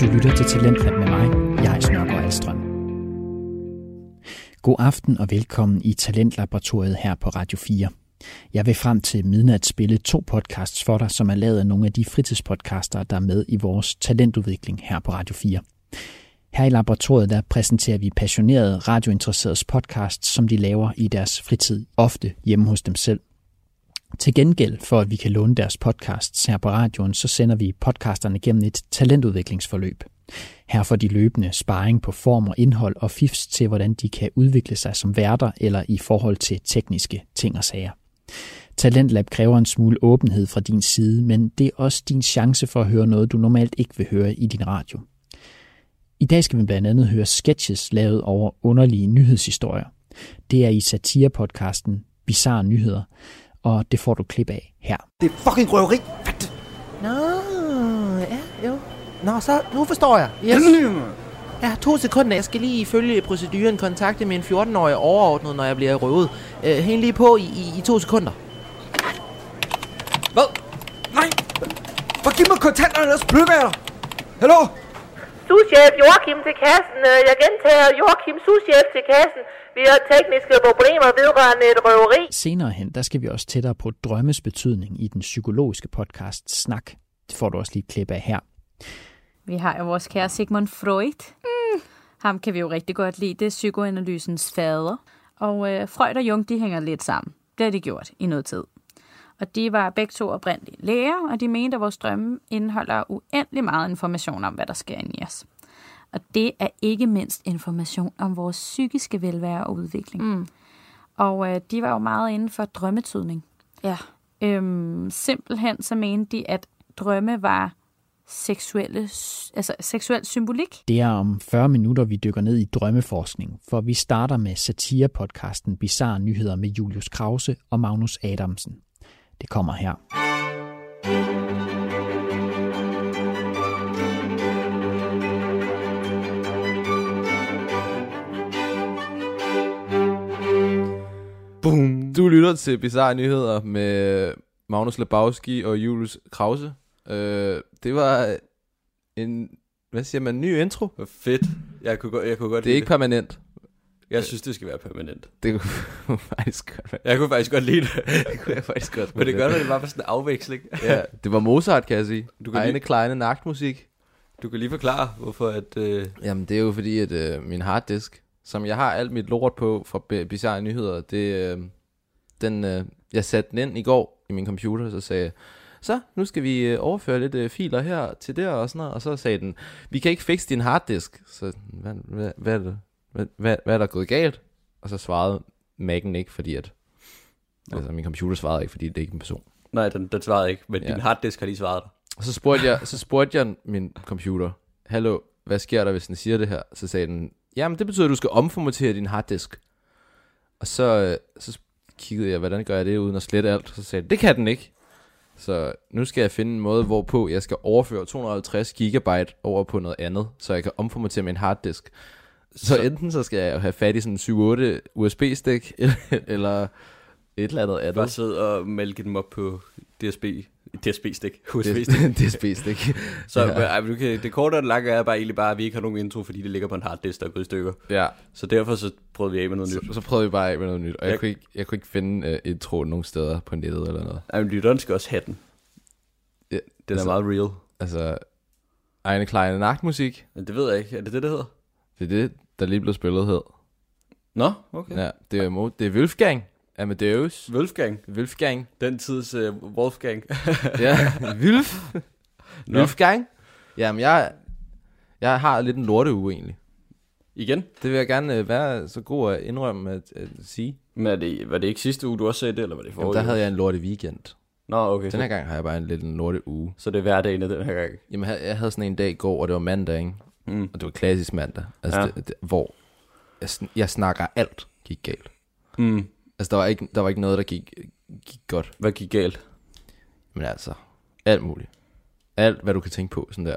Du lytter til Talentlab med mig, jeg Nørgaard Alstrøm. God aften og velkommen i Talentlaboratoriet her på Radio 4. Jeg vil frem til midnat spille to podcasts for dig, som er lavet af nogle af de fritidspodcaster, der er med i vores talentudvikling her på Radio 4. Her i laboratoriet der præsenterer vi passionerede radiointeresseredes podcasts, som de laver i deres fritid, ofte hjemme hos dem selv. Til gengæld for at vi kan låne deres podcasts her på radioen, så sender vi podcasterne gennem et talentudviklingsforløb. Her får de løbende sparring på form og indhold og fifs til, hvordan de kan udvikle sig som værter eller i forhold til tekniske ting og sager. Talentlab kræver en smule åbenhed fra din side, men det er også din chance for at høre noget, du normalt ikke vil høre i din radio. I dag skal vi blandt andet høre sketches lavet over underlige nyhedshistorier. Det er i satirepodcasten Bizarre Nyheder, og det får du klip af her. Det er fucking røveri. Fat. Nå, ja, jo. Nå, så nu forstår jeg. Yes. Ja, to sekunder. Jeg skal lige ifølge proceduren kontakte min 14-årige overordnet, når jeg bliver røvet. Øh, hæng lige på i, i, i to sekunder. Hvad? Nej. Hvor giv mig kontanter, ellers plukker jeg dig. Hallo? Souschef Joachim til kassen. Øh, Jeg gentager Joachim souschef til kassen. Vi har tekniske problemer vedrørende et røveri. Senere hen, der skal vi også tættere på drømmes betydning i den psykologiske podcast Snak. Det får du også lige et klip af her. Vi har jo vores kære Sigmund Freud. Mm. Ham kan vi jo rigtig godt lide. Det er psykoanalysens fader. Og øh, Freud og Jung, de hænger lidt sammen. Det har de gjort i noget tid. Og de var begge to oprindelige læger, og de mente, at vores drømme indeholder uendelig meget information om, hvad der sker inde i os. Og det er ikke mindst information om vores psykiske velvære og udvikling. Mm. Og øh, de var jo meget inden for drømmetydning. Ja. Øhm, simpelthen så mente de, at drømme var seksuelle, s- altså seksuel symbolik. Det er om 40 minutter, vi dykker ned i drømmeforskning, for vi starter med satirepodcasten Bizarre Nyheder med Julius Krause og Magnus Adamsen. Det kommer her. Boom. Du lytter til Bizarre Nyheder med Magnus Lebowski og Julius Krause. Øh, det var en, hvad siger man, ny intro? Hvor Fedt. Jeg kunne, godt- jeg kunne godt Det er lide ikke permanent. Jeg synes, det skal være permanent. Det kunne faktisk godt være. Jeg kunne faktisk godt lide det. Det kunne jeg faktisk godt Men det gør, at det bare var sådan en afveksling. Ja, det var Mozart, kan jeg sige. Du Du kan kan Egne lige- kleine nagtmusik. Du kan lige forklare, hvorfor at... Øh, Jamen, det er jo fordi, at øh, min harddisk, som jeg har alt mit lort på fra Bi- Bizarre Nyheder, det, øh, den, øh, jeg satte den ind i går i min computer, så sagde jeg, så nu skal vi øh, overføre lidt øh, filer her til der og sådan noget. Og så sagde den, vi kan ikke fikse din harddisk. Så hvad, hvad, hvad, er det? hvad, hvad, hvad er der gået galt? Og så svarede Mac'en ikke, fordi at... Altså, min computer svarede ikke, fordi det er ikke en person. nej, den, den svarede ikke, men Ja. ja. din harddisk har lige svaret dig. Og så spurgte jeg, så spurgte jeg min computer, hallo, hvad sker der, hvis den siger det her? Så sagde den, jamen det betyder, at du skal omformatere din harddisk. Og så, øh, så kiggede jeg, hvordan gør jeg det uden at slette alt? Så sagde den, det kan den ikke. Så nu skal jeg finde en måde, hvorpå jeg skal overføre 250 gigabyte over på noget andet, så jeg kan omformatere min harddisk. Så, så enten så skal jeg jo have fat i sådan en 7-8 USB-stik, eller et eller andet andet. Bare sidde og malke dem op på DSB. DSB-stik. USB-stik. USB-stik. Så ja. ej, men du kan, det korte og det lange er bare egentlig bare, at vi ikke har nogen intro, fordi det ligger på en harddisk, der er gået i stykker. ja. Så derfor så prøvede vi af med noget nyt. Så, så prøvede vi bare af med noget nyt, og jeg, Jeg- kunne, ikke, jeg kunne ikke finde uh, introen nogen steder på nettet eller noget. Ej, men lytteren skal også have den. Ja, Den altså- er meget real. Altså, egne kleine nagtmusik, Men det ved jeg ikke. Er det det, det hedder? det er det, der lige blev spillet hed. Nå, okay. Ja. Ja, det er, mo- det er Wolfgang Amadeus. Wolfgang. Wolfgang. Den tids uh, Wolfgang. Ja, Wolf. Nå. Wolfgang. Jamen, jeg, jeg har lidt en lorte uge egentlig. Igen? Det vil jeg gerne øh, være så god at indrømme at, at sige. Men er det, var det ikke sidste uge, du også sagde det, eller var det forrige? Jamen, der havde jeg en lorte weekend. Nå, okay. Den her gang har jeg bare en lidt en lorte uge. Så det er hverdagen af den her gang. Jamen, jeg- jeg havde sådan en dag i går, og det var mandag, ikke? Mm. Og det var klassisk mandag, altså ja. Ja. det, det, hvor jeg, sn- jeg snakker alt gik galt. Mm. Altså, der var ikke, der var ikke noget, der gik, gik godt, Hvad gik galt? men altså, alt muligt. Alt, hvad du kan tænke på, sådan der.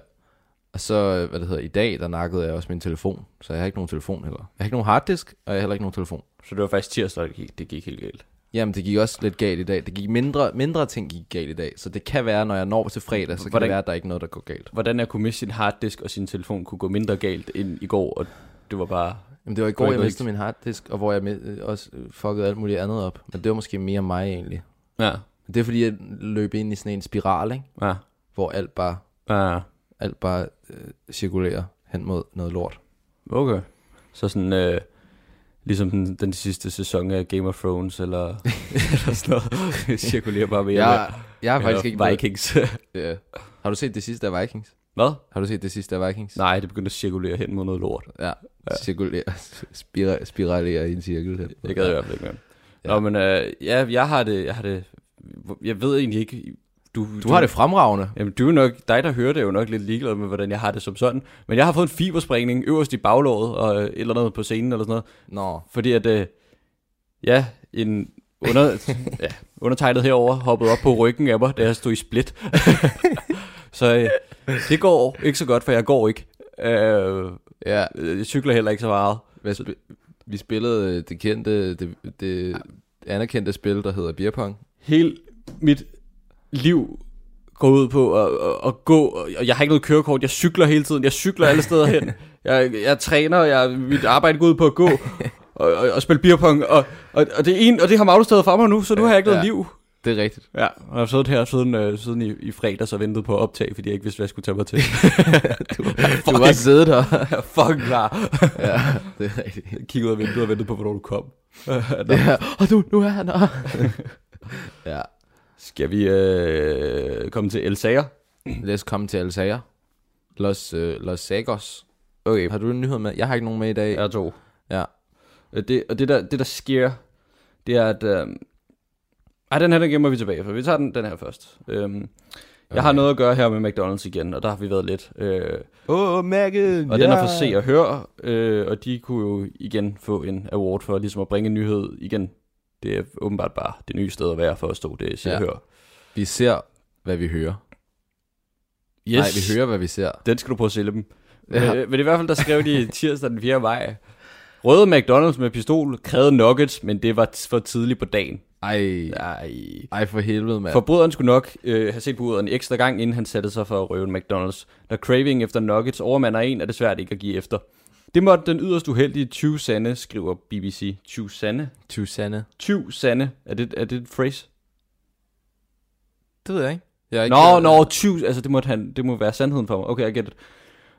Og så, øh, hvad det hedder, i dag, der nakkede jeg også min telefon, så jeg har ikke nogen telefon heller. Jeg har ikke nogen harddisk, og jeg har heller ikke nogen telefon. Så det var faktisk tirsdag, det gik, det gik helt galt. Jamen, det gik også lidt galt i dag. Det gik mindre, mindre ting gik galt i dag. Så det kan være, når jeg når til fredag, så Hvordan? kan Hvordan- det være, at der ikke er noget, der går galt. Hvordan jeg kunne miste sin harddisk og sin telefon kunne gå mindre galt end i går, og det var bare... Jamen, det var i Det går, var jeg ikke- mistede min harddisk, og hvor jeg mi- øh, også øh, fuckede alt muligt andet op. Men det var måske mere mig egentlig. Ja, Men det er fordi, jeg løb ind i sådan en spiral, ikke? ja, hvor alt bare, ja. alt bare øh, cirkulerer hen mod noget lort. Okay. Så sådan, øh, ligesom den, den sidste sæson af Game of Thrones, eller, eller sådan noget. Det cirkulerer bare mere. Jeg, jeg har faktisk ikke... Eller Vikings. Blevet, øh, har du set det sidste af Vikings? Hvad? Har du set det sidste af Vikings? Nej, det begyndte at cirkulere hen mod noget lort. Ja, cirkulerer, spira- spiralerer i en cirkel. hen. Jeg gad i hvert fald ikke mere. Ja. Ja. Nå, men øh, ja, jeg har det, jeg har det, jeg ved egentlig ikke, du, Du har det fremragende. Jamen, du er nok, dig der hører det er jo nok lidt ligeglad med, hvordan jeg har det som sådan. Men jeg har fået en fibersprængning øverst i baglåret og øh, et eller andet på scenen eller sådan noget. Nå, Fordi at, øh, ja, en under, ja, undertegnet herover hoppede op på ryggen af mig, da jeg stod i split. så øh, det går ikke så godt, for jeg går ikke. Øh, ja. jeg cykler heller ikke så meget. Hvad sp- vi spillede øh, det kendte, det, det anerkendte spil, der hedder Beer Pong. hele mit liv går ud på at, at, at gå, og jeg har ikke noget kørekort, jeg cykler hele tiden, jeg cykler alle steder hen, jeg, jeg træner, jeg, mit arbejde går ud på at gå, og, og, og spille beerpong, og, og, og, det er en, og det har Magnus taget fra mig nu, så nu har jeg ikke noget ja. Ja. liv. Det er rigtigt. Ja, og jeg har siddet her siden, øh, siden i, i fredags og ventet på at optage, fordi jeg ikke vidste, hvad jeg skulle tage mig til. Du, du har bare siddet her. Jeg er fucking klar. ja, det er rigtigt. Jeg kiggede ud af vinduet og ventede på, hvornår du kom. Ja. Og nu, nu er han her. ja, Skal vi øh, komme til Elsager? lad os komme til alle sager. Los, øh, Los Sagos. Okay, Har du en nyhed med? Jeg har ikke nogen med i dag. Jeg to. Ja. Øh, Det, og det der, det der sker, det er, at... Øh... Ej, den her, den gemmer vi tilbage for. Vi tager den, den her først. Øhm, okay. Jeg har noget at gøre her med McDonald's igen, og der har vi været lidt. Øh, Åh, oh, Mærken! og yeah. den er for se og høre, øh, og de kunne jo igen få en award for ligesom at bringe en nyhed igen. Det er åbenbart bare det nye sted at være for at stå, det er se og Ja. høre. Vi ser, hvad vi hører. Yes. Nej, vi hører, hvad vi ser. Den skal du prøve at sælge dem. Ja. Ja. Men, men i hvert fald, der skrev de tirsdag den 4. maj. Røde McDonald's med pistol krævede nuggets, men det var t- for tidligt på dagen. Ej, Ej. ej for helvede, mand. Forbryderen skulle nok øh, have set på uret en ekstra gang, inden han satte sig for at røve en McDonald's. Da craving efter nuggets overmander en, er det svært ikke at give efter. Det måtte den yderst uheldige Tyv Sande, skriver BBC. Tyv Sande? Susanne. Tyv Sande? Er det, er det et phrase? Det ved jeg ikke. Jeg er ikke øh, Nå, nå, tyv, altså det må, han, det må være sandheden for mig. Okay, jeg gætter det.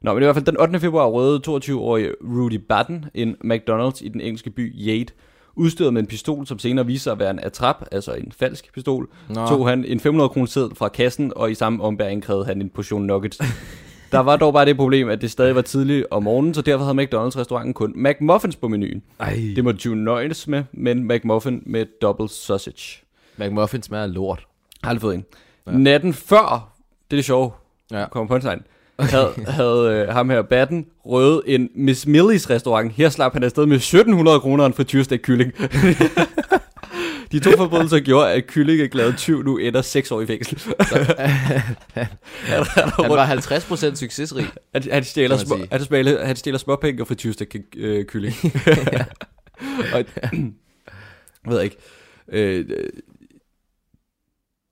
Nå, men i hvert fald den 8. februar røde 22-årige Rudy Batten en McDonald's i den engelske by Yate. Udstyret med en pistol, som senere viser sig at være en atrap, altså en falsk pistol, Nå. tog han en 500 kroner seddel fra kassen, og i samme ombæring krævede han en portion nuggets. Der var dog bare det problem, at det stadig var tidligt om morgenen, så derfor havde McDonald's-restauranten kun McMuffins på menuen. Ej. Det måtte June nøjes med, men McMuffin med double sausage. McMuffin smager af lort. Har aldrig fået en. Ja. Natten før, det er det sjove, Ja. ja. kommer på en tegn, havde, havde øh, ham her Batten røget en Miss Millie's restaurant. Her slap han afsted med 1700 kroner for 20 stik kylling. De to forbrydelser gjorde, at kyllingeglade 20 nu ender 6 år i fængsel. øh, Han var 50% succesrig. Han, han, stjæler, Kan man små, sige. han, stjæler, han stjæler småpenge fra 20 stik øh, kylling. og, jeg ved ikke. Øh, øh,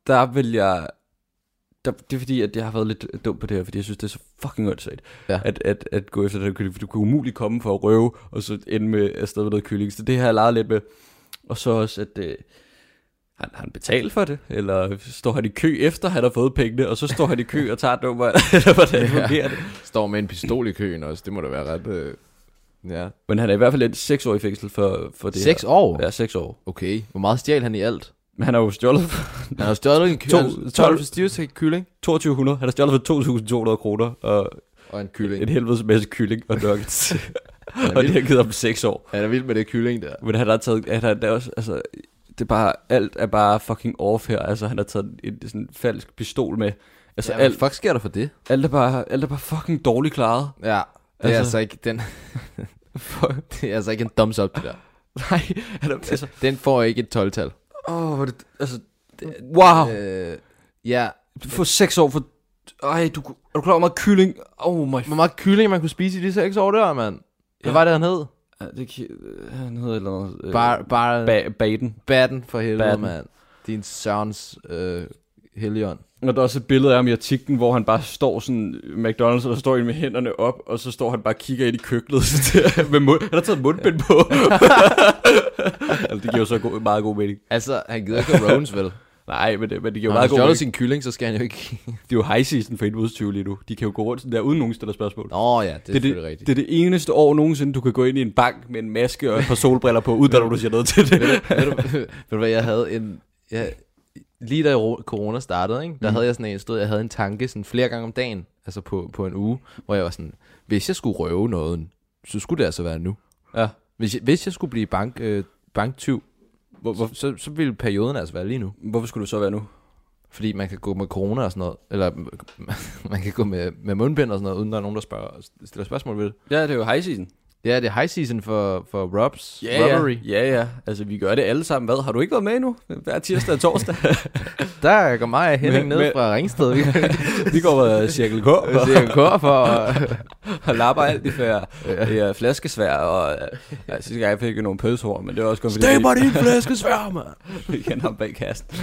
der vil jeg... Der, det er fordi, at jeg har været lidt dum på det her, fordi jeg synes, det er så fucking åndssvagt, Ja. ja. at, at, at gå efter den her kylling, for du kunne umuligt komme for at røve, og så ende med afsted med noget kylling. Så det har jeg leget lidt med. Og så også, at... Øh, han, han betalt for det, eller står han i kø efter, han har fået pengene, og så står han i kø og tager nummer, eller hvordan Ja. fungerer det? Står med en pistol i køen også. Det må da være ret... Øh... Ja. Men han er i hvert fald endt 6 år i fængsel for, for det Seks her. år? Ja, 6 år. Okay. Hvor meget stjal han i alt? Men han har jo stjålet Han har stjålet en To- kø- 12 stivstik kylling. 2200, han har stjålet for 2.200 kroner, og Og en en kylling. helvedes masse kylling og nuggets. Han er og det har vild, givet ham 6 år. han er vild med det kylling der. Men han har taget, han har der også, altså, det er bare, alt er bare fucking off her. Altså, han har taget en sådan en falsk pistol med. Altså, Ja, ja, alt, fuck sker der for det? alt, er bare, alt er bare fucking dårligt klaret. Ja. Det er Altså- altså ikke den... det er altså ikke en thumbs up, det der. Nej, han er, altså, Den får ikke et 12-tal. åh, oh, det, altså, det, wow. Øh, ja. Du får 6 år for... Ej, du, er du klar over hvor meget kylling? Oh my... Hvor meget kylling man kunne spise i de seks år der, mand? Hvad var det, han hed? Ja, det, kan- øh, han hedder et eller andet. Øh, Bare, bare ba- ba- Baden. batten for helvede, Batten. mand. Din Sørens øh, helion. Og der er også et billede af ham i artiklen, hvor han bare står sådan, McDonald's, og der står en med hænderne op, og så står han bare og kigger ind i køkkenet, så det, med mund, han har taget mundbind på. altså, det giver jo så god, meget god mening. Altså, han gider ikke have Rones, vel? Nej, men det, men det giver Når jo han meget god stjåler mening. sin kylling, så skal han jo ikke... Det er jo high season for indbrudstyve lige nu. De kan jo gå rundt sådan der, uden nogen stiller spørgsmål. Nå ja, det, det er det, selvfølgelig rigtigt. det er det eneste år nogensinde, du kan gå ind i en bank med en maske og et par solbriller på, uden at du siger noget til det. ved, du, ved du hvad, jeg havde en... Jeg, lige da ro- corona startede, ikke, der mm. havde jeg sådan en stod, jeg havde en tanke sådan flere gange om dagen, altså på, på en uge, hvor jeg var sådan, hvis jeg skulle røve noget, så skulle det altså være nu. Ja. Hvis jeg, hvis jeg skulle blive bank, øh, banktyv, hvor, hvor, så, så ville perioden altså være lige nu. Hvorfor skulle du så være nu? Fordi man kan gå med corona og sådan noget, eller man kan gå med, med mundbind og sådan noget, uden der er nogen, der spørger, stiller spørgsmål ved det. Ja, det er jo high season. Ja, det er high season for, for Robs Ja, robbery. ja, ja, ja. Altså, vi gør det alle sammen. Hvad? Har du ikke været med endnu? Hver tirsdag og torsdag. Der går mig og Henning Med- ned med- fra Ringsted. Vi vi går over Cirkel K kan og, se en kår for... at- og lapper alt det før. Det er flaskesvær, og ja, sidste gang jeg fik jo nogle pødshår, men det var også kun fordi... Stemmer din flaske svær, mand! Vi kender ham bag kassen.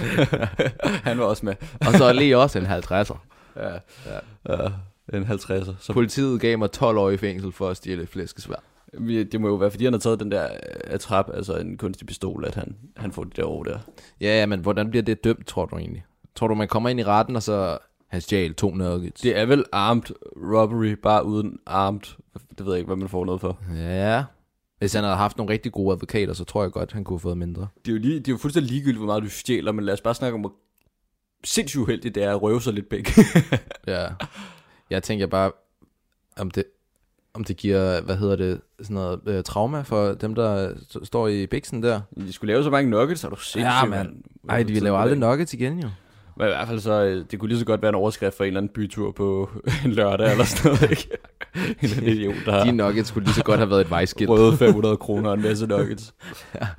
Han var også med. Og så lige også en 50'er. Ja, ja. en 50'er. Så Politiet gav mig 12 år i fængsel for at stjæle et flæskesvær. Vi- Det må jo være, fordi han har taget den der øh, atrap, altså en kunstig pistol, at han, han får det der år der. Ja, ja, men hvordan bliver det dømt, tror du egentlig? Tror du, man kommer ind i retten, og så... Han stjal to nuggets. Det er vel armed robbery, bare uden armed. Det ved jeg ikke, hvad man får noget for. Ja. Hvis han havde haft nogle rigtig gode advokater, så tror jeg godt, han kunne have fået mindre. Det er jo, lige, det er jo fuldstændig ligegyldigt, hvor meget du stjæler, men lad os bare snakke om, hvor sindssygt uheldigt det er at røve sig lidt penge. Ja. Jeg tænker bare, om det, om det giver, hvad hedder det, sådan noget øh, trauma for dem, der øh, st- står i biksen der. De skulle lave så mange nuggets, så er du sindssygt, Ja, mand. Nej, de laver aldrig nuggets igen, jo. Men i hvert fald så, øh, det kunne lige så godt være en overskrift for en eller anden bytur på en lørdag eller sådan noget, ikke? En eller anden idiot, der De har nuggets skulle lige så godt have været et vejskilt. røde 500 kroner og en masse nuggets.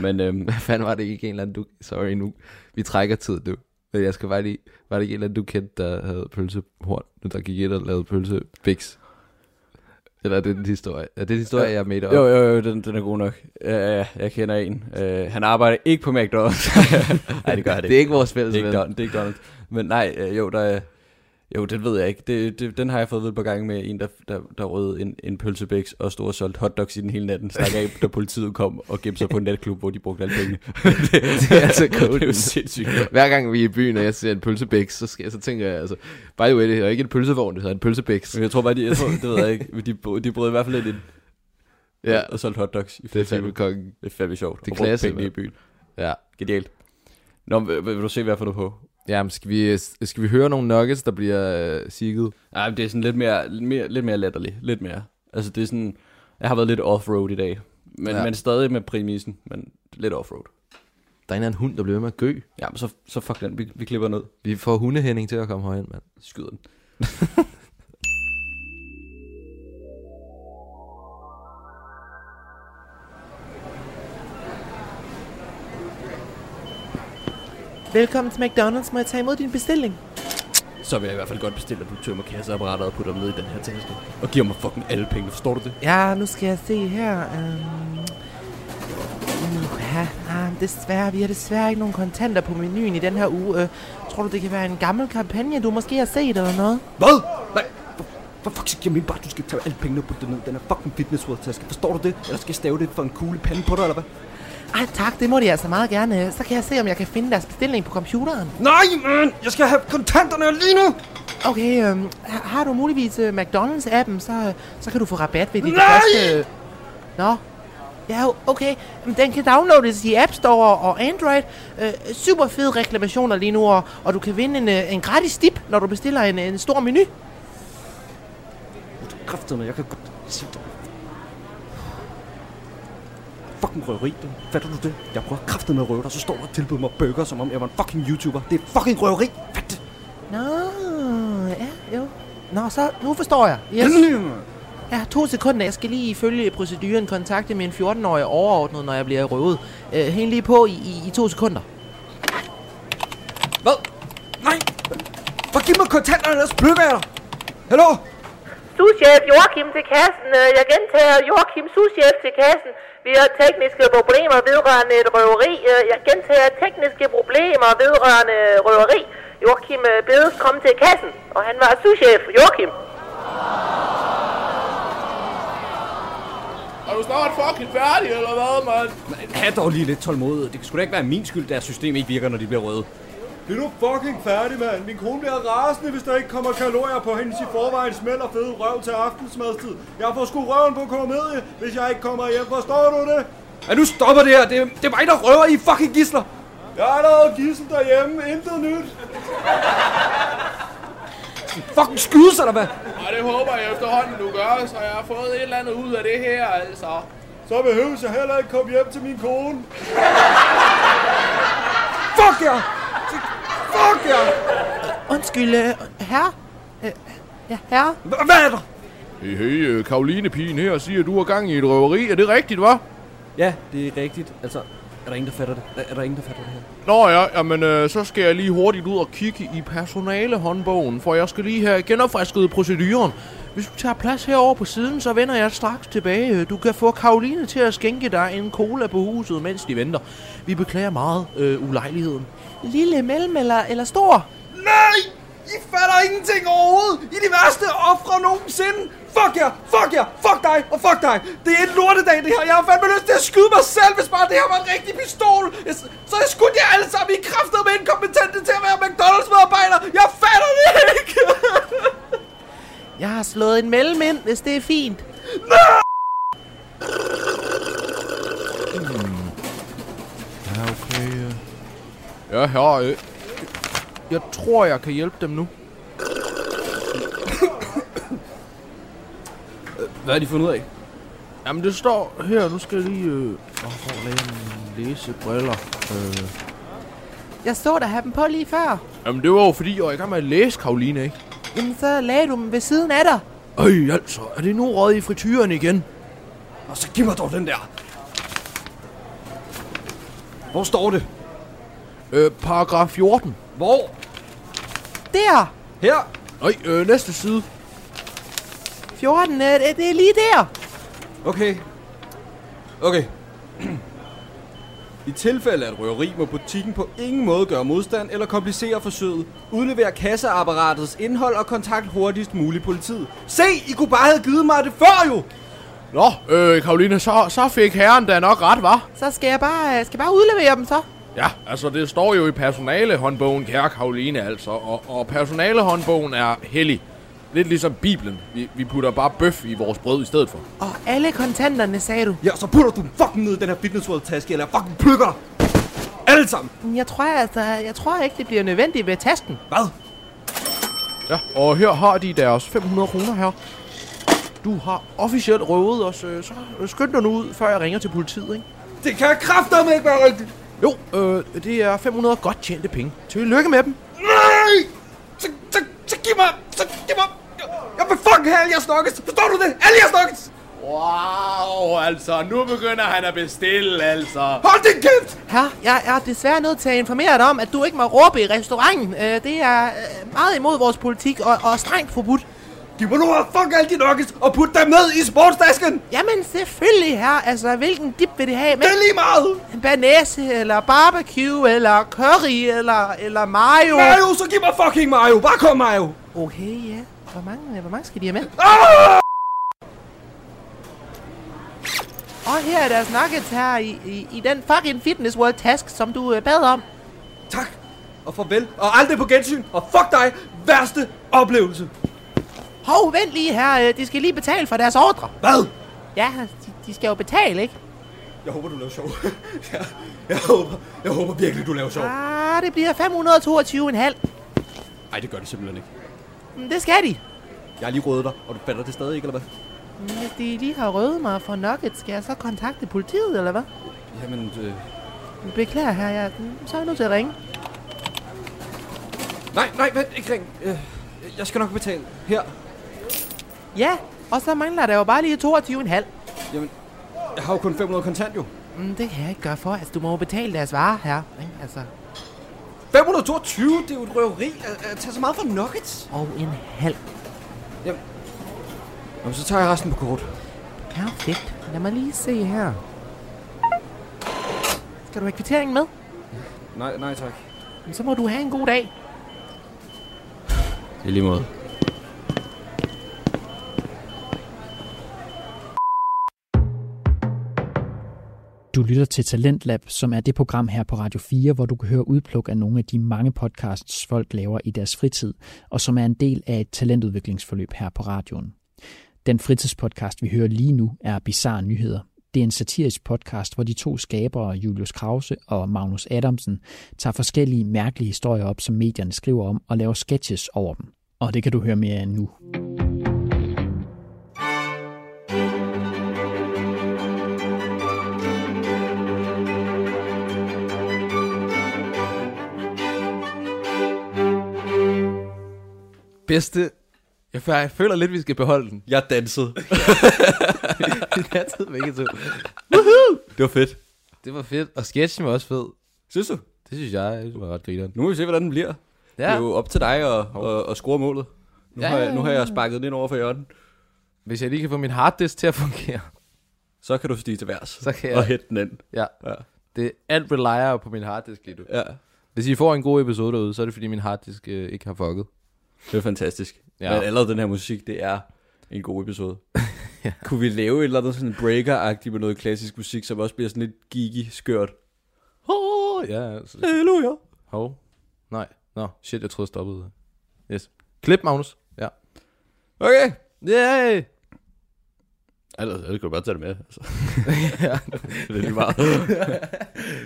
Men øhm, Hvad fanden var det ikke en eller anden, du... Sorry nu, vi trækker tid nu. Men jeg skal bare lige... Var det ikke en eller anden, du kendte, der havde pølsehorn? Nu der gik ind og lavede pølsebiks. Eller er det en historie? Er det en historie, jeg er med op? Jo, jo, jo, den, den er god nok. Ja, ja, ja, jeg kender en. Uh, han arbejder ikke på McDonald's. Nej, det gør han Det er ikke vores fælles Det er ikke, ven. Don, det er ikke Donald. Men nej, øh, jo, der er... Jo, det ved jeg ikke. Det, det, den har jeg fået ved et par gange med en, der, der, der rød en, en pølsebæks og stod og solgte hotdogs i den hele natten. Stak af, da politiet kom og gemte sig på en natklub, hvor de brugte alle pengene. det, Det er altså det er jo koden. sindssygt. Hver gang vi er i byen, og jeg ser en pølsebæks, så, skal, jeg- så tænker jeg altså, by the way, det hedder ikke en pølsevogn, det hedder en pølsebæks. Men jeg tror bare, de, jeg tror, det ved jeg ikke, men de, bo- de brød i hvert fald lidt ind Ja, og solgte hotdogs. I det er fire timer. fandme kongen. det er fandme sjovt. Det er Og brugte klasse, pengene i mand. byen. Ja. Genialt. Nå, men vil, vil du se, hvad jeg har fundet på? Jamen, skal vi, øh, skal vi høre nogle nuggets, der bliver øh, sigget? Nej, men det er sådan lidt mere, lidt mere, lidt mere latterligt. Lidt mere. Altså, det er sådan... Jeg har været lidt off-road i dag. Men, Ja. ja. men stadig med præmissen, men lidt off-road. Der er en eller anden hund, der bliver ved med at gø. Ja, men så, så fuck den. Vi, vi klipper den ud. Vi får hundehænding til at komme højere mand. Skyder den. Velkommen til McDonald's. Må jeg tage imod din bestilling? Så vil jeg i hvert fald godt bestille, at du tømmer kasseapparatet og putter dem ned i den her taske. Og giver mig fucking alle pengene. Forstår du det? Ja, nu skal jeg se her. Øhm... Ja, ah, desværre. Vi har desværre ikke nogen kontanter på menuen i den her uge. Øh, tror du, det kan være en gammel kampagne, du måske har set eller noget? Hvad? Nej, for, for fuck shit, jeg mener bare, at du skal tage alle pengene og putte dem ned. i Den er fucking fitness world taske. Forstår du det? Eller skal jeg stave det for en kugle i panden på dig, eller hvad? Ej, tak. Det må de altså meget gerne. Øh, Så kan jeg se, om jeg kan finde deres bestilling på computeren. Nej, man! Jeg skal have kontanterne lige nu! Okay, øhm, har- har du muligvis øh, McDonald's-appen, så, øh, så kan du få rabat ved dit Nej! første... Øh... Nå, ja, o- okay. Jamen, Den kan downloades i App Store og Android. Øh, super fede reklamationer lige nu, og, og du kan vinde en, øh, en gratis dip, når du bestiller en, en stor menu. Kræftet mig, jeg kan godt se dig. Fucking røveri, du. Fatter du det? Jeg prøver kræftet med at røve dig, så står du og tilbyder mig burger, som om jeg var en fucking YouTuber. Det er fucking røveri! Fat det! Nå, ja, jo. Nå, så nu forstår jeg. Yes. Ja, to sekunder. Jeg skal lige ifølge proceduren kontakte min 14-årige overordnet, når jeg bliver røvet. Øh, hæng lige på i, i, i to sekunder. Hvad? Nej! Bare giv mig kontanterne, ellers plukker jeg dig! Hallo? souschef Joachim til kassen. Øh, Jeg gentager Joachim souschef til kassen. Vi har tekniske problemer vedrørende et røveri. Øh, Jeg gentager tekniske problemer vedrørende røveri. Joachim øh, bedes komme til kassen, og han var souschef Joachim. Er du snart fucking færdig, eller hvad, mand? Ha' dog lige lidt tålmodighed. Det skulle da ikke være min skyld, deres system ikke virker, når de bliver røde. Det er nu fucking færdig, mand. Min kone bliver rasende, hvis der ikke kommer kalorier på hendes i forvejen smæld og fede røv til aftensmadstid. Jeg får sgu røven på komedie, hvis jeg ikke kommer hjem. Forstår du det? Ja, nu stopper det her. Det, det er mig, der røver i er fucking gisler. Jeg er allerede gidsel derhjemme. Intet nyt. Fucking skyde sig, eller hvad? Og det håber jeg efterhånden, du gør, så jeg har fået et eller andet ud af det her, altså. Så behøves jeg heller ikke komme hjem til min kone. Fuck jer! Fuck jer! Undskyld, øh, herre? Øh, ja, herre? Hva- Hvad er der? Hey, hey, øh, Karoline-pigen her siger, at du har gang i et røveri. Er det rigtigt, hva'? Ja, det er rigtigt. Altså, er der ingen, der fatter det? Er, er der ingen, der fatter det her? Nå ja, jamen øh, så skal jeg lige hurtigt ud og kigge i personalehåndbogen, for jeg skal lige have genopfrisket proceduren. Hvis du tager plads herover på siden, så vender jeg straks tilbage. Du kan få Karoline til at skænke dig en cola på huset, mens de venter. Vi beklager meget øh, ulejligheden. Lille, mellem eller, eller stor? Nej! I fatter ingenting overhovedet! I er de værste ofre nogensinde! Fuck jer! Fuck jer! Fuck dig! Og fuck dig! Det er en lortedag, det her! Jeg har fandme lyst til at skyde mig selv, hvis bare det her var en rigtig pistol! Jeg, s- så har jeg skudt jer alle sammen! I er kraftedeme inkompetente til at være McDonald's-medarbejder! Jeg fatter det ikke! Jeg har slået en mellem ind, hvis det er fint. Ja, okay. Øh. Ja, her. Øh. Jeg tror, jeg kan hjælpe dem nu. Hvad har de fundet ud af? Jamen det står her, nu skal jeg lige... Øh, oh, hvor er mine læsebriller? Øh. Jeg så dig have dem på lige før. Jamen det var jo fordi, jeg var i gang med at læse Karoline, ikke? Jamen, så lagde du dem ved siden af dig. Øj, altså, er det nu røget i frityren igen? Og så giv mig dog den der! Hvor står det? Øh, paragraf 14. Hvor? Der! Her? Nej, øh, næste side. 14, øh, det, det er lige der. Okay. Okay. I tilfælde af et røveri må butikken på ingen måde gøre modstand eller komplicere forsøget. Udlever kasseapparatets indhold og kontakt hurtigst muligt politiet. Se, I kunne bare have givet mig det før jo! Nå, øh, Karoline, så, så fik herren da nok ret, var? Så skal jeg bare, øh, skal jeg bare udlevere dem så. Ja, altså det står jo i personalehåndbogen, kære Karoline altså, og, og personalehåndbogen er hellig. Lidt ligesom Bibelen. Vi, vi putter bare bøf i vores brød i stedet for. Og alle kontanterne, sagde du. Ah, Ja, så putter du dem fucking ned i den her Fitness World taske, eller jeg fucking plukker dig! Alle sammen! Men Jeg tror altså, jeg tror ikke, det bliver nødvendigt ved tasken. Hvad? Ja, og her har de deres 500 kroner her. Du har officielt røvet os, øh, så øh, skynd dig nu ud, før jeg ringer til politiet, ikke? Det kan jeg kraftedeme ikke være rigtigt! Jo, øh, det er 500 godt tjente penge. Tillykke med dem. Nej! Så, så, så giv mig... Så giv mig... Jeg vil fucking have alle jeres nuggets! Forstår du det? Alle jeres nuggets! Wow, altså, nu begynder han at bestille, altså. Hold din kæft! Her, jeg er desværre nødt til at informere dig om, at du ikke må råbe i restauranten. Øh, det er øh, meget imod vores politik og, og strengt forbudt. Giv mig nu at fuck alle de nuggets og put dem ned i sportsdasken! Jamen selvfølgelig her, altså hvilken dip vil det have med? Det er lige meget! Banase, eller barbecue, eller curry, eller, eller mayo. Mario, så giv mig fucking Mario! Bare kom, Mario! Ah! Okay, ja. Hvor mange, øh, hvor mange skal de have med? Og her er deres nuggets her i, i, i den fucking Fitness World Task, som du øh, bad om. Tak! Og farvel, og aldrig på gensyn, og fuck dig! Værste oplevelse! Hov, vent lige her. øh, De skal lige betale for deres ordre. Hvad? Ja, de, de skal jo betale, ikke? Jeg håber, du laver sjov. jeg, jeg, håber, jeg håber virkelig, du laver sjov. Ah, det bliver 522,5. Nej, det gør det simpelthen ikke. Men Mm, Det skal de. Jeg har lige rådet dig, og du fatter det stadig ikke, eller hvad? Men Hvis de lige har røvet mig for nuggets, skal jeg så kontakte politiet, eller hvad? Jamen, øh... Beklager her, jeg, mm, så er jeg nødt til at ringe. Nej, nej, vent, ikke ring. Øh, jeg skal nok betale. Her. Ja, og så mangler der jo bare lige 22,5. Jamen, jeg har jo kun 500 kontant, jo. Mm, det kan jeg ikke gøre for. Altså, du må jo betale deres varer her. Ikke? Altså, 522, det er jo et røveri at, at tage så meget for nuggets. og en halv. Jamen, Jamen, så tager jeg resten på kort. Perfekt. Lad mig lige se her. Skal du have kvitteringen med? Nej, nej tak. Jamen, Så må du have en god dag. Det er lige måde. Du lytter til Talentlab, som er det program her på Radio 4, hvor du kan høre udpluk af nogle af de mange podcasts, folk laver i deres fritid, og som er en del af et talentudviklingsforløb her på radioen. Den fritidspodcast, vi hører lige nu, er Bizarre Nyheder. Det er en satirisk podcast, hvor de to skabere, Julius Krause og Magnus Adamsen, tager forskellige mærkelige historier op, som medierne skriver om, og laver sketches over dem. Og det kan du høre mere af nu. Bedste. Jeg, føler- jeg føler lidt, vi skal beholde den. Jeg dansede. Det er altid begge to. Det var fedt. Det var fedt. Og sketchen var også fed. Synes du? Det synes jeg, jeg synes, det var ret grineren. Nu må vi se, hvordan den bliver. Ja. Det er jo op til dig at, at, at score målet. Nu, ja, har jeg, nu har jeg sparket den ind over for hjørnet. Hvis jeg lige kan få min harddisk til at fungere, Så kan du stige til værs. så kan Og jeg... hætte den ind. Ja. Ja. Det, alt relier jo på min harddisk lige nu. Ja. Hvis I får en god episode derude, så er det fordi min harddisk øh, ikke har fucket. Det er fantastisk. Ja. Ja. Men allerede den her musik, det er en god episode. ja. Kunne vi lave et eller andet sådan breaker-agtigt med noget klassisk musik, som også bliver sådan lidt geeky skørt? Oh, ja, så det... Halleluja. Hov. Nej. Nå, shit, jeg troede, jeg stoppede. det. Yes. Klip, Magnus. Ja. Okay. Yay! Ellers kan du bare tage det med. Altså. det er lige meget.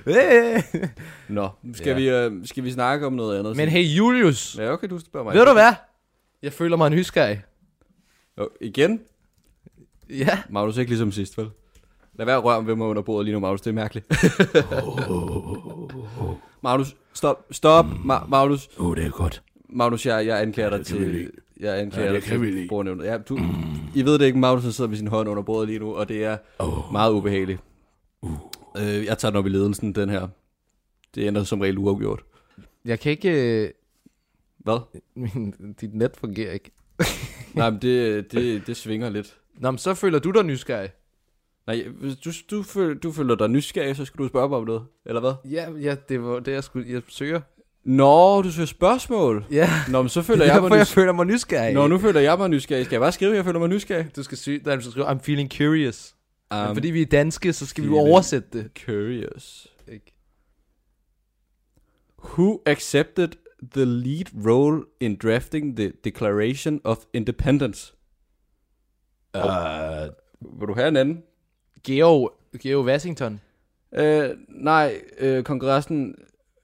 Hey! Nå, skal, ja. vi, øh, skal vi snakke om noget andet? Men hey, Julius. Ja, okay, du spørger mig. Ved du hvad? Jeg føler mig en nysgerrig. Jo, igen? Ja. Magnus, ikke ligesom sidst, vel? Lad være at røre ved mig under bordet lige nu, Magnus. Det er mærkeligt. Magnus, stop. Stop, Ma- Magnus. Mm. Åh, oh, det er godt. Magnus, jeg, jeg anklager dig det kan vi til... ikke. Jeg anklager Nej, dig det kan vi Mm. til ikke. bordet. Ja, du, I ved det ikke, Magnus han sidder med sin hånd under bordet lige nu, og det er Åh. Uh. meget ubehageligt. Øh, jeg tager den op i ledelsen, den her. Det ender som regel uafgjort. Jeg kan ikke... øh, Hvad? Min, dit net fungerer ikke. Nej, men det, det, det svinger lidt. Nå, men så føler du dig nysgerrig. Nej, hvis du, du, føl, du føler dig nysgerrig, så skal du spørge mig om noget, eller hvad? Ja, ja det var det, jeg skulle jeg søger. Nå, du søger spørgsmål. Ja, Nå, men så det føler er jeg derfor, mig jeg nysgerrig. føler mig nysgerrig. Nå, nu føler jeg mig nysgerrig. Skal jeg bare skrive, at jeg føler mig nysgerrig? Du skal sige, nej, du skal skrive, I'm feeling curious. Um, Um, fordi vi er danske, så skal vi jo feeling- oversætte det. Curious. Ikke? Who accepted the lead role in drafting the Declaration of Independence? Uh, Vil du have en anden? Geo, Geo Washington. Uh, nej, uh, kongressen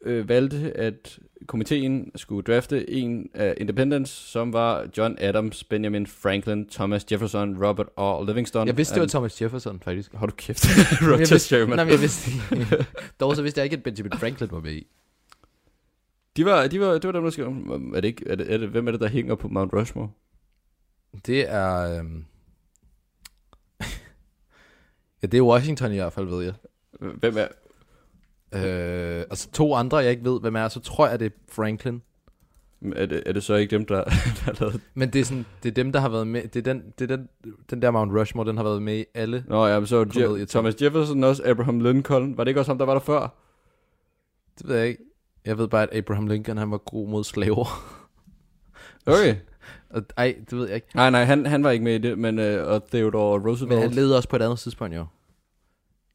uh, valgte, at komiteen skulle drafte en af Independence, som var John Adams, Benjamin Franklin, Thomas Jefferson, Robert R. Livingston. Jeg vidste, det var and- Thomas Jefferson, faktisk. Hold du kæft, Jeg Roger vidste, Sherman. nej, men jeg vidste ikke. Dog så vidste jeg ikke, at Benjamin Franklin var med i. De var, de var, det var dem, der skrev. om- Er det ikke, er det, er det, hvem er det, der hænger på Mount Rushmore? Det er... Øhm... ja, det er Washington i hvert fald, ved jeg. Hvem er... Øh, altså to andre, jeg ikke ved, hvem er, så tror jeg, det er Franklin. Er det, er det så ikke dem, der, der lavede... Men det er, sådan, det er dem, der har været med. Det er, den, det er den, den der Mount Rushmore, den har været med i alle. Nå ja, men så var Kom med, Je- jeg Thomas Jefferson også, Abraham Lincoln. Var det ikke også ham, der var der før? Det ved jeg ikke. Jeg ved bare, at Abraham Lincoln, han var god mod slaver. Okay. Og, ej, det ved jeg ikke. Nej, nej, han, han var ikke med i det, men øh, og Theodore Men han Roosevelt. levede også på et andet tidspunkt, jo.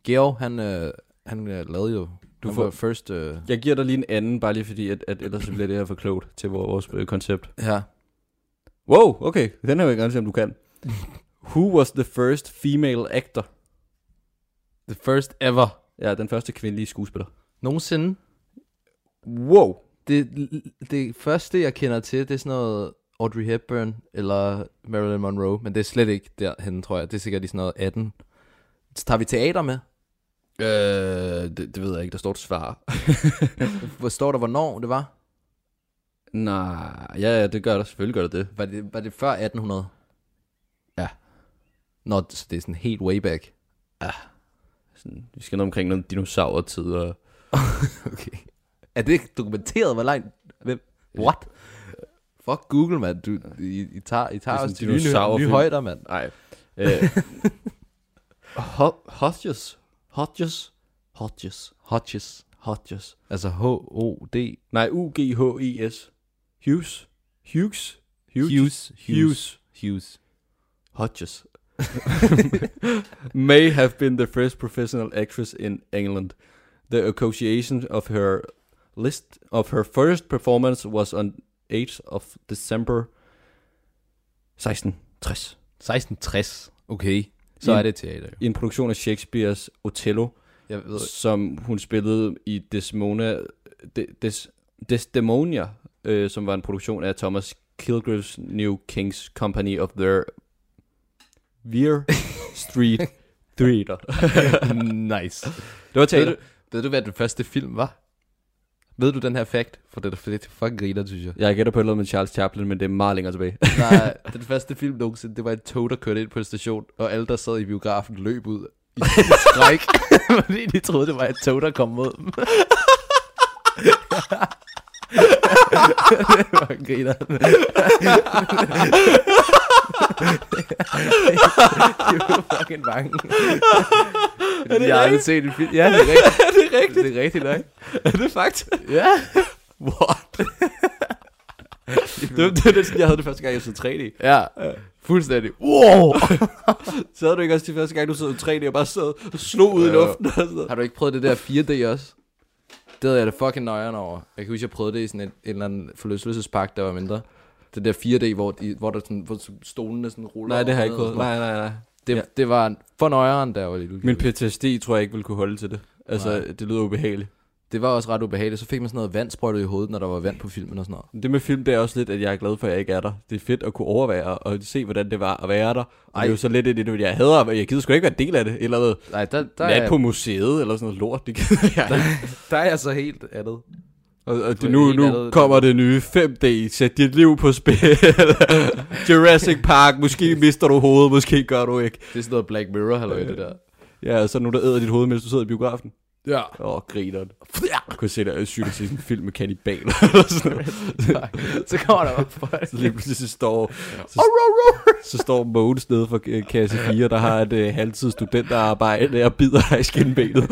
Georg, han, øh, han øh, lavede jo... Du Han får var- først... Øh, Jeg giver dig lige en anden, bare lige fordi, at, at ellers så bliver det her for klogt til vores øh, koncept. ja. Wow, okay. Den her vil jeg gerne se, om du kan. Who was the first female actor? The first ever. Ja, den første kvindelige skuespiller. Nogensinde. Wow. Det, det første, jeg kender til, det er sådan noget Audrey Hepburn eller Marilyn Monroe. Men det er slet ikke derhen, tror jeg. Det er sikkert i sådan noget 18. Så tager vi teater med. Øh, det, det ved jeg ikke. Der står et svar. Hvor står der, hvornår det var? Nej, ja, ja, det gør der. Selvfølgelig gør det det. Var det, var det før 1800? Ja. Nå, så det er sådan helt way back. Sådan, vi skal ned omkring nogle dinosaurtid og... okay. Er det dokumenteret, hvor langt... Hvem? What? Fuck Google, mand. Du, I, I tager, I tager sådan os en til nye, nye dinosaurfilm. højder, mand. Nej. Øh, Ho- Hodges. Hodges. Hodges. Hodges. Hodges. Altså H-O-D. Nej, U-G-H-E-S. E Hughes. Hughes. Hughes. Hughes. Hughes. Hodges. May have been the first professional actress in England. The occasion of her list of her first performance was on 8th of December 1660 1660. Okay. Så Ja. er det teater. jo. i en produktion af Shakespeares Othello, Jeg ved som hun spillede i Desmona, De, Des, Desdemonia, øh, som var en produktion af Thomas Kilgreaves New King's Company of their Veer Street Theater. nice. Det var Ved teater. du, ved du, hvad den første film var? Ved du den her fact? For det er for det er fucking griner, synes jeg. Jeg gætter på et eller andet med Charles Chaplin, men det er meget længere tilbage. Nej, den første film nogensinde, det var en tog, der kørte ind på en station, og alle, der sad i biografen, løb ud i i skræk, fordi de troede, det var et tog, der kom mod dem. det var griner. de var fucking bange. Er det jeg har aldrig set en film. Ja, det er rigtigt. er det rigtigt? Det er rigtigt nok. er det faktisk? Ja. What? det, var, det var det, sådan, jeg havde det første gang, jeg så 3D. Ja, fuldstændig. Wow! Så havde du ikke også det første gang, du så 3D og bare sad og slog ud i Jo, jo. luften? Og sådan. Har du ikke prøvet det der 4D også? Det havde jeg det fucking nøjeren over. Jeg kan huske, jeg prøvede det i sådan en, en eller anden forlystelsespark, der var mindre. Det der 4D, hvor, de, hvor, der sådan, hvor stolene sådan ruller. Nej, det har jeg ikke op og prøvet. sådan noget. Nej, nej, nej. Det, Ja. det var for nøjeren, der var lidt Min ukendt. PTSD tror jeg ikke ville kunne holde til det. Altså, Nej. Nej. det lyder ubehageligt. Det var også ret ubehageligt. Så fik man sådan noget vand sprøjtet i hovedet, når der var vand på filmen og sådan noget. Det med film, det er også lidt, at jeg er glad for, at jeg ikke er der. Det er fedt at kunne overvære og se, hvordan det var at være der. Og Ej. det er jo så lidt ind i det, jeg hader, men jeg gider sgu ikke være en del af det. Et Eller noget Nej, der, der, nat er, på museet, eller sådan noget lort. Det gider jeg ikke. der er jeg så helt andet. Og, og Det er det, nu, helt nu andet. kommer det nye 5D. Sæt dit liv på spil. Jurassic Park. Måske mister du hovedet, måske gør du ikke. Det er sådan noget Black Mirror, halløj, det der. Ja, og så er der nogen, der æder dit hoved, mens du sidder i biografen. Ja. Åh, oh, grineren. Jeg kunne se dig øh, sygt til en film med kannibaler. eller sådan noget. Så kommer der op for Så lige pludselig så står, så, så står Mogens nede for øh, kasse 4, der har et øh, halvtids studenterarbejde og bider dig i skinbenet.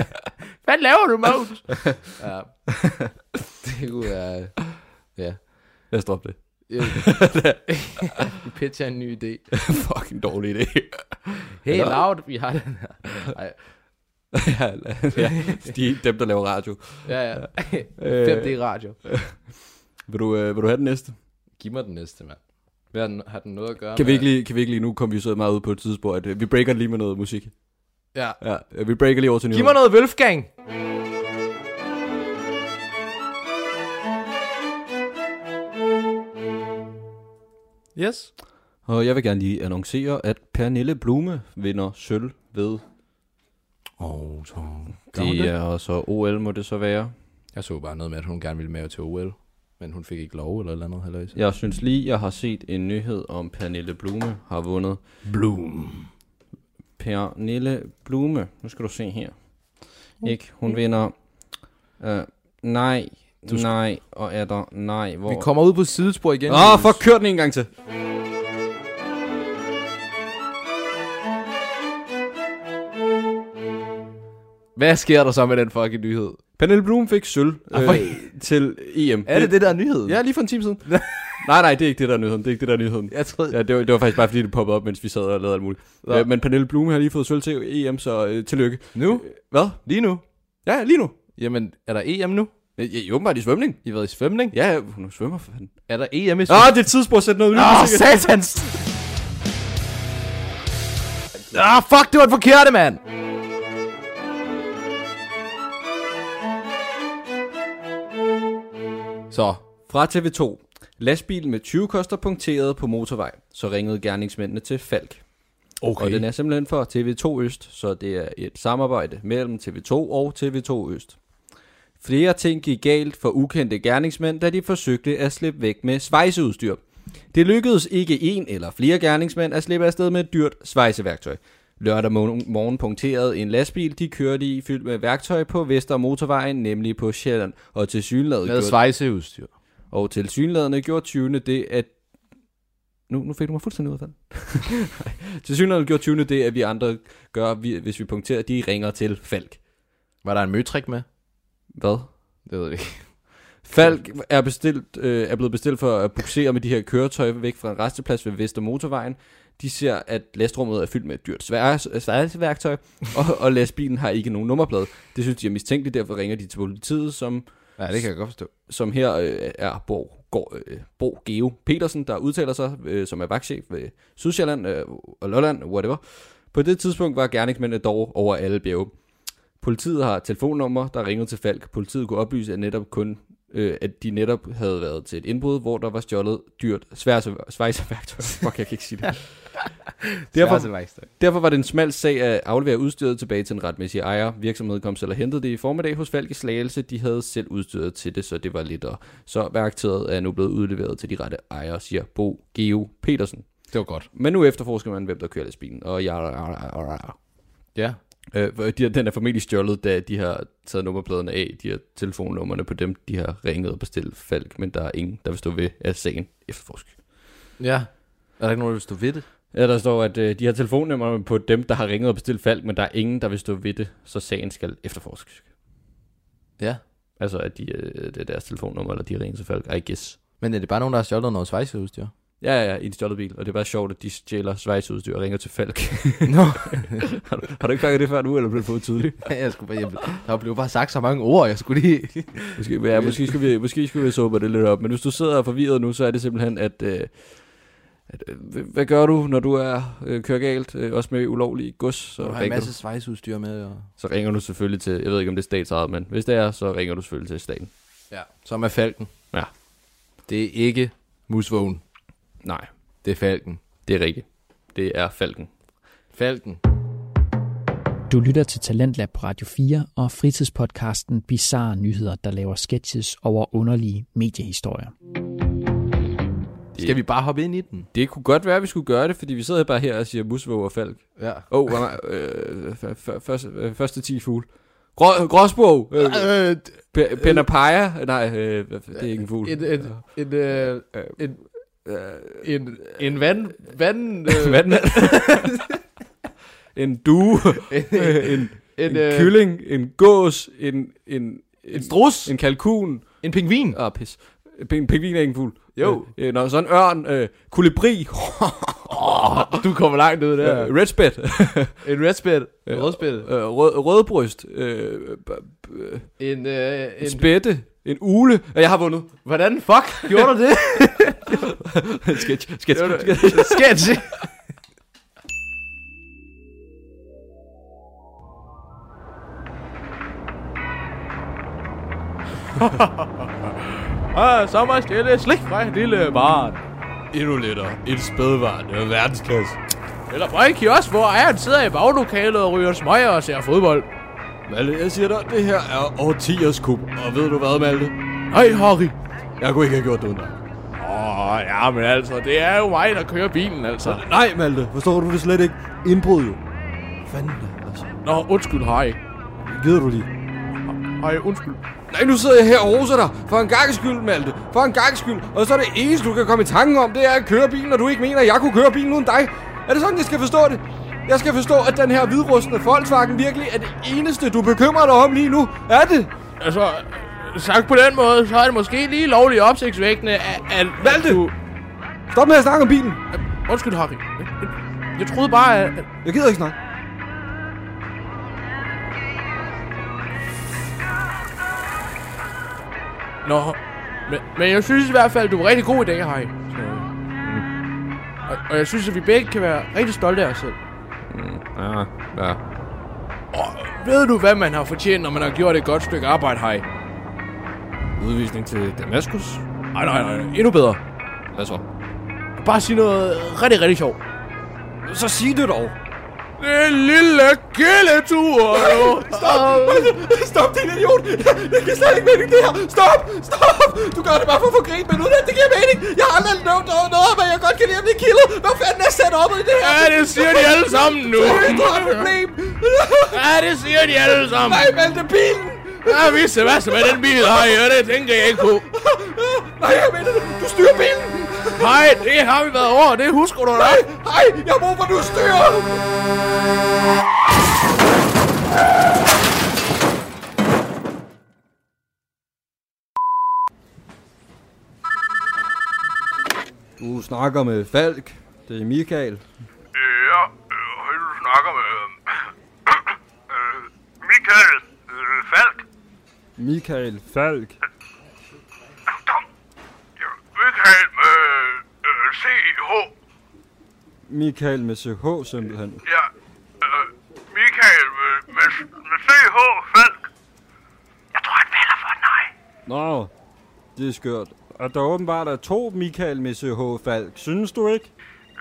Hvad laver du, Måns? ja. Det kunne være... Ja. Lad os droppe det. Jeg Vi pitcher en ny idé. Fucking dårlig idé. Hey, loud, vi har den her. Ej, ja, ja, de, er dem, der laver radio. ja, ja. Øh. 5D radio. Vil du, øh, vil du have den næste? Giv mig den næste, mand. Hvad har den, har den noget at gøre Kan vi, med- ikke lige, kan vi ikke lige, nu kom vi så meget ud på et tidsspor, at øh, vi breaker den lige med noget musik. Ja. Ja, øh, vi breaker lige over til Giv mig noget Wolfgang. Yes. Og jeg vil gerne lige annoncere, at Pernille Blume vinder sølv ved... Oh, det er så OL, må det så være. Jeg så bare noget med, at hun gerne ville med til OL. Men hun fik ikke lov eller et eller andet, halløj. Jeg synes lige, jeg har set en nyhed om Pernille Blume har vundet. Bloom. Pernille Blume, nu skal du se her. Ikke? Hun vinder... Øh, nej, Du du sk- nej, og er der nej, hvor... Vi kommer ud på et sidespor igen. Åh, oh, Julius. fuck, kør den en gang til. Hvad sker der så med den fucking nyhed? Pernille Blume fik sølv for- øh, til EM. Er det det, der er nyheden? Ja, lige for en time siden. nej, nej, det er ikke det, der er nyheden. Det er ikke det, der er nyheden. Jeg troede... Ja, det var, det var faktisk bare fordi, det poppede op, mens vi sad og lavede alt muligt. Nå. Ja. men Pernille Blume har lige fået sølv til EM, så øh, tillykke. Nu? Hvad? Lige nu? Ja, lige nu. Jamen, er der EM nu? Ja, ja, åbenbart i svømning. I har været i svømning? Ja, ja, hun er svømmer for fanden. Er der EM i svømning? Ah, det er et tidspunkt at sætte noget nyt. Åh, Oh, satans! Ah, fuck, det var den forkerte, mand! så, fra TV2. Lastbil med 20 koster punkteret på motorvej. Så ringede gerningsmændene til Falk. Okay. Og den er simpelthen for TV2 Øst, så det er et samarbejde mellem TV2 og TV2 Øst. Flere ting gik galt for ukendte gerningsmænd, da de forsøgte at slippe væk med svejseudstyr. Det lykkedes ikke en eller flere gerningsmænd at slippe afsted med et dyrt svejseværktøj. Lørdag morgen morgen punkterede en lastbil, de kørte i fyldt med værktøj på Vester Motorvejen, nemlig på Sjælland, og til synligheden Med svejseudstyr. Og til synlæderne gjorde tyvene det, at... Nu, nu fik du mig fuldstændig ud af fald. til synlæderne gjorde tyvene det, at vi andre gør, vi, hvis vi punkterer, de ringer til Falk. Var der en møtrik med? Hvad? Det ved jeg ikke. Falk er, bestilt, øh, er blevet bestilt for at buksere med de her køretøjer væk fra en resteplads ved Vester Motorvejen. De ser, at lastrummet er fyldt med dyrt svær- sværelseværktøj, og, og lastbilen har ikke nogen nummerplade. Det synes de er mistænkeligt, derfor ringer de til politiet, som Ja, det kan jeg godt forstå. som her øh, er Bo, går, øh, Bo Geo Petersen, der udtaler sig, øh, som er vagtchef ved Sydsjælland øh, og Lolland, whatever. På det tidspunkt var gerningsmændene dog over alle bjerge. Politiet har telefonnummer, der ringede til Falk. Politiet kunne oplyse, at, netop kun, øh, at de netop havde været til et indbrud, hvor der var stjålet dyrt sværse- svejseværktøj. Fuck, jeg kan ikke sige det. Derfor, Derfor var det en smal sag at aflevere udstyret tilbage til den retmæssige ejer. Virksomheden kom selv og hentede det i formiddag hos Falk i Slagelse. De havde selv udstyret til det, så det var lidt. og- Så værktøjet er nu blevet udleveret til de rette ejere, siger Bo Geo Petersen. Det var godt. Men nu efterforsker man, hvem der kører lastbilen. Og ja, ja, ja, ja, ja. Ja. Øh, for de, den er formentlig stjålet, da de har taget nummerpladerne af, de har telefonnummerne på dem, de har ringet og bestilt Falk, men der er ingen, der vil stå ved, at sagen efterforskes. Ja. Er der ikke nogen, der vil stå ved det? Ja, der står, at øh, de har telefonnummer på dem, der har ringet og bestilt Falk, men der er ingen, der vil stå ved det, så sagen skal efterforskes. Ja. Altså, at de, øh, det er deres telefonnummer, eller de har ringet til Falk, I guess. Men er det bare nogen, der har stjålet noget svejseudstyr? Ja, ja, ja, i en stjålet bil, og det er bare sjovt, at de stjæler svejseudstyr og ringer til Falk. Nå, har, du, har du ikke fanget det før nu, eller blev det for tydeligt? jeg skulle bare, jeg, der blev bare sagt så mange ord, jeg skulle lige... Måske, ja, måske skulle vi, måske skulle vi sober det lidt op, men hvis du sidder forvirret nu, så er det simpelthen, at... Øh, at, øh, hvad gør du, når du er øh, kører galt, øh, også med ulovlig gods? Så Du har en ringer du- masse svejseudstyr med, og... så ringer du selvfølgelig til, jeg ved ikke om det er statsejet, men hvis det er, så ringer du selvfølgelig til staten. Ja. Som er falken. Ja. Det er ikke musvågen. Nej, Det er falken. det er rigtigt. Det er Falken. Falken. Du lytter til Talentlab på Radio 4 og fritidspodcasten Bizarre Nyheder, der laver sketches over underlige mediehistorier. Skal vi bare hoppe ind i den? Det kunne godt være, at vi skulle gøre det, fordi vi sidder bare her og siger musvåg og falk. Ja. Åh, oh, nej, øh, f- f- første, øh, første 10 fugle. Grå, gråsbog, øh, Øh, P- Penapaja, nej, øh, hvad- det er ikke en fugl. en, en, en, øh, en, Øh, en, en vand, vand, øh, Vandmand. en due, øh, en, en, en, en øh, kylling, en gås, en, en, en strus, en, en kalkun, en pingvin. Ah, pis. En pingvin er ikke en fugl. Jo. Øh, øh, nå, sådan en ørn. Øh, kulibri. Du kommer langt ud Ja. der. Øh, Redspæt. En redspæd, en Øh, rødspæd, øh, rød, rødbryst. Øh, b- b- øh, en, øh, en en, spætte. En ule. Øh, jeg har vundet. hvordan fuck gjorde du det? sketch, sketch, Det var det. sketch. Sketch. ah, sommerstjæle slik fra en lille barn. Endnu liter. En spædbarn. Det er verdensklasse. Eller fra en kiosk, hvor ejeren sidder i baglokalet og ryger smøger og ser fodbold. Malte, jeg siger dig, det her er årtiers kub. Og ved du hvad, Malte? Nej, Harry. Jeg kunne ikke have gjort det uden dig. Åh, oh, ja, men altså, det er jo mig, der kører bilen, altså. Nej, Malte. Forstår du det slet ikke? Indbrud jo. Nå, undskyld, Harry. Gider du lige? Harry, undskyld. Nej, nu sidder jeg her og roser dig. For en gang skyld, Malte. For en gang skyld. Og så er det eneste, du kan komme i tanken om, det er at køre bilen, og du ikke mener, at jeg kunne køre bilen uden dig. Er det sådan, jeg skal forstå det? Jeg skal forstå, at den her hvidrustende Volkswagen virkelig er det eneste, du bekymrer dig om lige nu. Er det? Altså, sagt på den måde, så er det måske lige lovligt opsigtsvækkende, at... at Malte! at du- Stop med at snakke om bilen. Undskyld, Harry. Jeg troede bare, at... Jeg gider ikke snakke. Nå, men, men jeg synes i hvert fald, du var rigtig god i dag, Harry. Så... Mm. Og, og jeg synes, at vi begge kan være rigtig stolte af os selv. Mm, Ja, ja. Ved du, hvad man har fortjent, når man har gjort et godt stykke arbejde, Harry? Udvisning til Damaskus. Nej, nej, nej. Endnu bedre. Hvad så? Bare sig noget rigtig, rigtig sjovt. Så sig det dog. Den lille killetur, jo. Stop! Stop, din idiot! Det giver slet ikke mening, det her! Stop! Stop! Du gør det bare for at få grin, men uden at det giver mening! Jeg har aldrig nævnt noget, noget hvad jeg godt kan lide at blive killet! Hvad fanden er sat op i det her? Ja, det siger de alle sammen nu. Det er et problem! Ja, det siger de alle sammen. Nej, Malte, bilen! Jeg vidste, hvad som er den bil har i, og det tænker jeg ikke på. Nej, jeg mener det. Du styrer bilen. Nej, det har vi været over, det husker du da. Nej, nej, jeg har brug for, at du styrer. Du snakker med Falk. Det er Michael. Ja, øh, hej, du snakker med... øhm, øh, Michael øh, Falk. Michael Falk. Tom. Ja, Michael med øh, CH. Michael med CH simpelthen. Ja, øh, Michael med, med, med CH Falk. Jeg tror, han falder for nej. Nå, det er skørt. Og der åbenbart er to Michael med CH Falk. Synes du ikke?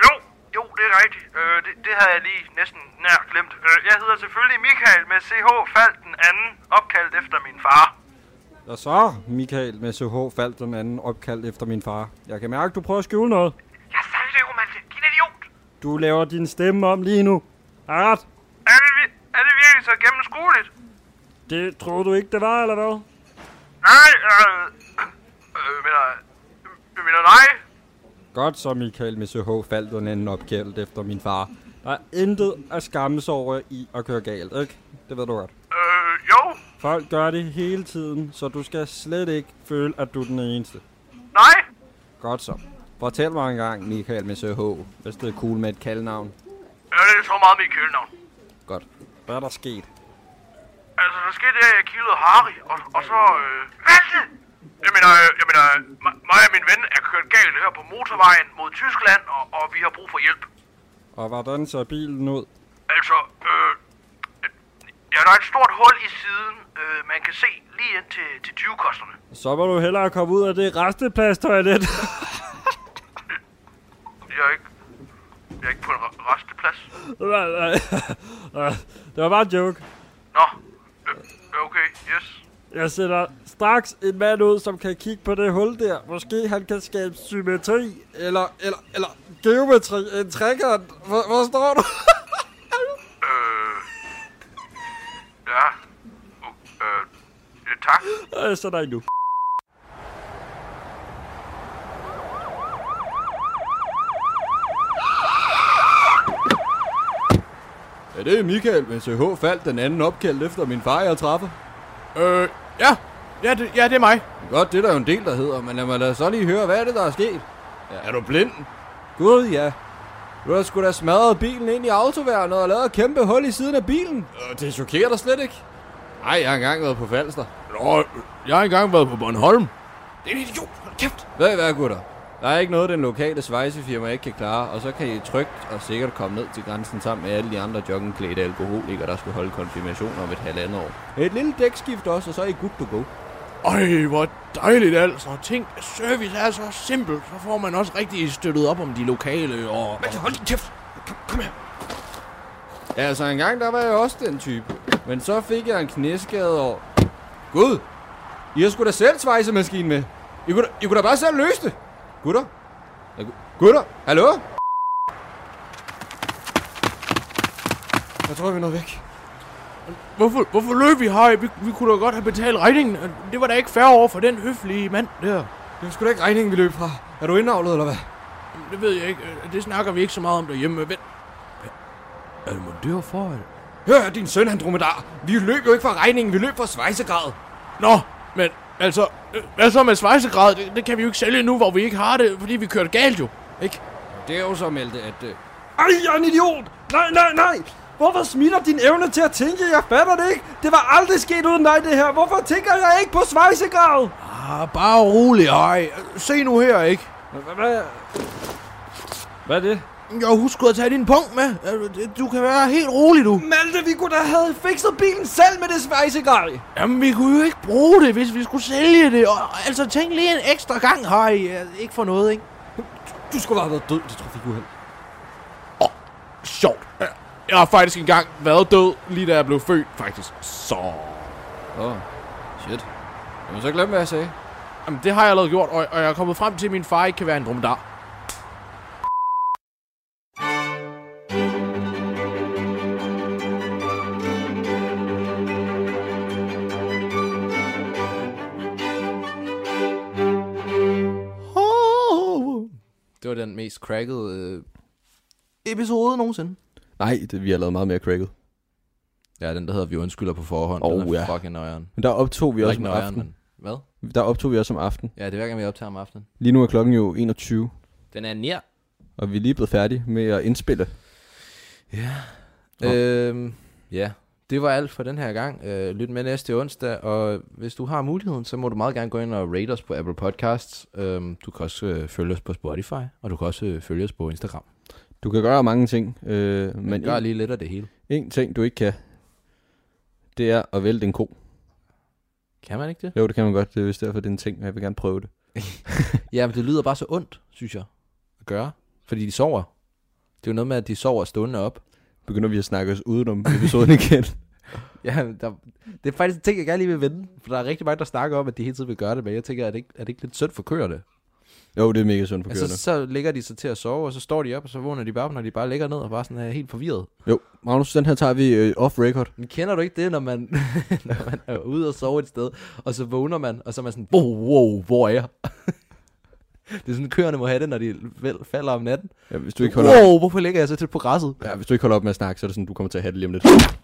Jo, jo, det er rigtigt. Øh, det, det havde jeg lige næsten nær glemt. Øh, jeg hedder selvfølgelig Michael med CH Falk den anden, opkaldt efter min far. Og så, Michael med CH Falk den anden, opkaldt efter min far. Jeg kan mærke, du prøver at skjule noget. Jeg sagde det, Romalte. Din idiot. Du laver din stemme om lige nu. Art, Er det, vi- er det virkelig så gennemskueligt? det troede du ikke, det var, eller hvad? Nej, øh, øh, men, øh, jeg mener nej. Godt så, Michael med CH faldt den anden opkaldt efter min far. Der er intet at skamme sig over i at køre galt, ikke? Det ved du godt. Øh, jo, Folk gør det hele tiden, så du skal slet ikke føle, at du er den eneste. nej. Godt så. Fortæl mig engang, Michael med CH, hvis det er cool med et kaldnavn. Ja, Øh, det er så meget mit kælenavn. Godt. Hvad er der sket? Altså, der skete det, at jeg kildede Harry, og, og så, øh... Malte! Jeg mener, øh, jeg mener, øh, mig- mig og min ven er kørt galt her på motorvejen mod Tyskland, og, og vi har brug for hjælp. Og hvordan ser bilen ud? Altså, øh... Ja, der er et stort hul i siden, øh, man kan se lige ind til, til 20-kosterne. Så må du hellere komme ud af det resteplads-toilet. Jeg er ikke... Jeg er ikke på en re- resteplads. Nej, nej. det var bare en joke. Nå, øh, okay, yes. Jeg sender straks en mand ud, som kan kigge på det hul der. Måske han kan skabe symmetri, eller, eller, eller geometri, en trekant. Hvor, hvor står du? Øh... Ja... Uh, øh... Ja, tak. Jeg sender en nu. Ja, det er Michael med CH Falk, den anden opkaldt efter min far, jeg træffer. Øh, ja. Ja det, ja, det er mig. Godt, det er der jo en del, der hedder, men lad mig da så lige høre, hvad er det, der er sket? Ja. Er du blind? Gud, ja. Du har sgu da smadret bilen ind i autoværnet og lavet et kæmpe hul i siden af bilen. Øh, det chokerer dig slet ikke. Nej, jeg har engang været på Falster. Nå, jeg har engang været på Bornholm. Ved I hvad, gutter? Der er ikke noget, den lokale svejsefirma ikke kan klare, og så kan I trygt og sikkert komme ned til grænsen sammen med alle de andre joggingklædte alkoholikere, der skal holde konfirmation om et halvandet år. Et lille dækskift også, og så er I good to go. Ej, hvor dejligt altså. Tænk, at service er så simpelt. Så får man også rigtig støttet op om de lokale og... Men hold din kæft. Kom, kom her. Ja, altså engang der var jeg også den type. Men så fik jeg en knæskade og... Gud! I har sgu da selv svejsemaskinen med. I kunne, da, I kunne da bare selv løse det. Gutter? Ja, gu- gutter? Hallo? Jeg tror, vi er nået væk. Hvorfor, hvorfor løb vi, Harry? Vi, vi kunne da godt have betalt regningen. Det var da ikke fair over for den høflige mand der. Det var sgu da ikke regningen, vi løb fra. Er du indavlet, eller hvad? Det ved jeg ikke. Øh, Det snakker vi ikke så meget om derhjemme. Vent. Er det montør for? Eller? Hør, her, din søn, han dromedar. Vi løb jo ikke fra regningen, vi løb fra svejsegrad. Nå, men altså... øh, Hvad så med svejsegrad? Det, det kan vi jo ikke sælge nu, hvor vi ikke har det, fordi vi kørte galt jo. Ikke? Det er jo så, Melte, at... Øh... Ej, jeg er en idiot. Nej, nej, nej. Hvorfor smitter din evne til at tænke? Jeg fatter det ikke. Det var aldrig sket uden dig, det her. Hvorfor tænker jeg ikke på svejsegrad? Ah, bare rolig, Harry. Se nu her, ikke? Hvad? Hvad er det? Jeg husker at tage din punkt med. Øh, Du kan være helt rolig, du. Malte, vi kunne da have fikset bilen selv med det svejsegrej. Jamen, vi kunne jo ikke bruge det, hvis vi skulle sælge det. Og, altså, tænk lige en ekstra gang, Harry. Øh, Ikke for noget, ikke? Du skulle bare have været død til trafikuheld. Sjovt. Øh, Jeg har faktisk engang været død, lige da jeg blev født, faktisk. Så... Åh, oh, shit. Jamen, så glem, hvad jeg sagde. Jamen, det har jeg allerede gjort, og, og jeg er kommet frem til, at min far ikke kan være en dromedar. Det var den mest crackede... Øh... Episode nogensinde. Nej, det, vi har lavet meget mere cracket. Ja, den der hedder Vi undskylder på forhånd. Oh, den er ja. fucking nøjeren. Men der optog vi Eller også ikke om nøjeren, aftenen. men... Hvad? Der optog vi også om aftenen. Ja, det er hver gang, vi optager om aftenen. Lige nu er klokken jo 21, Den er nær. og vi er lige blevet færdige med at indspille. Nå. Øhm, ja, det var alt for den her gang. Øh, lyt med næste onsdag, og hvis du har muligheden, så må du meget gerne gå ind og rate os på Apple Podcasts. Øhm, du kan også øh, følge os på Spotify, og du kan også øh, følge os på Instagram. Du kan gøre mange ting, øh, Men men gør en, lige lidt af det hele. en ting, du ikke kan, det er at vælte en ko. Kan man ikke det? Jo, det kan man godt, det er vist derfor, det er en ting, og jeg vil gerne prøve det. Ja, men det lyder bare så ondt, synes jeg, at gøre. Fordi de sover. Det er jo noget med, at de sover stående op. Begynder vi at snakke os udenom episoden igen. Ja, der, det er faktisk en ting, jeg gerne lige vil vende. For der er rigtig mange, der snakker om, at de hele tiden vil gøre det, men jeg tænker, er det ikke, er det ikke lidt synd for køerne? Jo, det er mega sundt for køerne. Altså, så ligger de sig til at sove, og så står de op, og så vågner de bare op, når de bare ligger ned og bare sådan er helt forvirret. Jo, Magnus, den her tager vi øh, off record. Men kender du ikke det, når man, når man er ude og sove et sted, og så vågner man, og så er man sådan, wow, wow, hvor er jeg? det er sådan, køerne må have det, når de vel- falder om natten. Ja, hvis, du ikke holder op, Wow, hvorfor ligger jeg så tæt på græsset? ja, hvis du ikke holder op med at snakke, så er det sådan, du kommer til at have det lige om lidt.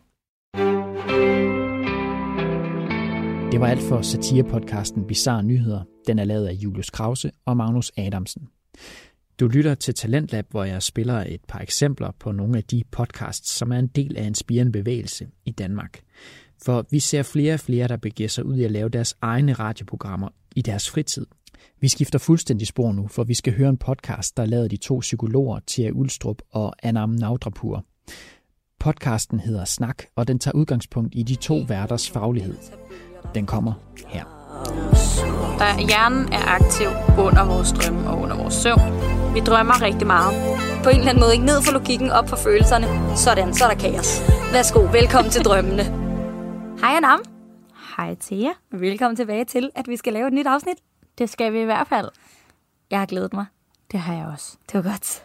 Det var alt for satirepodcasten Bizarre Nyheder. Den er lavet af Julius Krause og Magnus Adamsen. Du lytter til Talentlab, hvor jeg spiller et par eksempler på nogle af de podcasts, som er en del af en spirende bevægelse i Danmark. For vi ser flere og flere, der begiver sig ud i at lave deres egne radioprogrammer i deres fritid. Vi skifter fuldstændig spor nu, for vi skal høre en podcast, der er lavet af de to psykologer, Thea Ulstrup og Anam Naudrapur. Podcasten hedder Snak, og den tager udgangspunkt i de to værters faglighed. Den kommer her. Der, hjernen er aktiv under vores drømme og under vores søvn. Vi drømmer rigtig meget. På en eller anden måde ikke ned for logikken, op for følelserne. Sådan, så er der kaos. Værsgo, velkommen til drømmene. Hej Anam. Hej til jer. Velkommen tilbage til, at vi skal lave et nyt afsnit. Det skal vi i hvert fald. Jeg har glædet mig. Det har jeg også. Det var godt.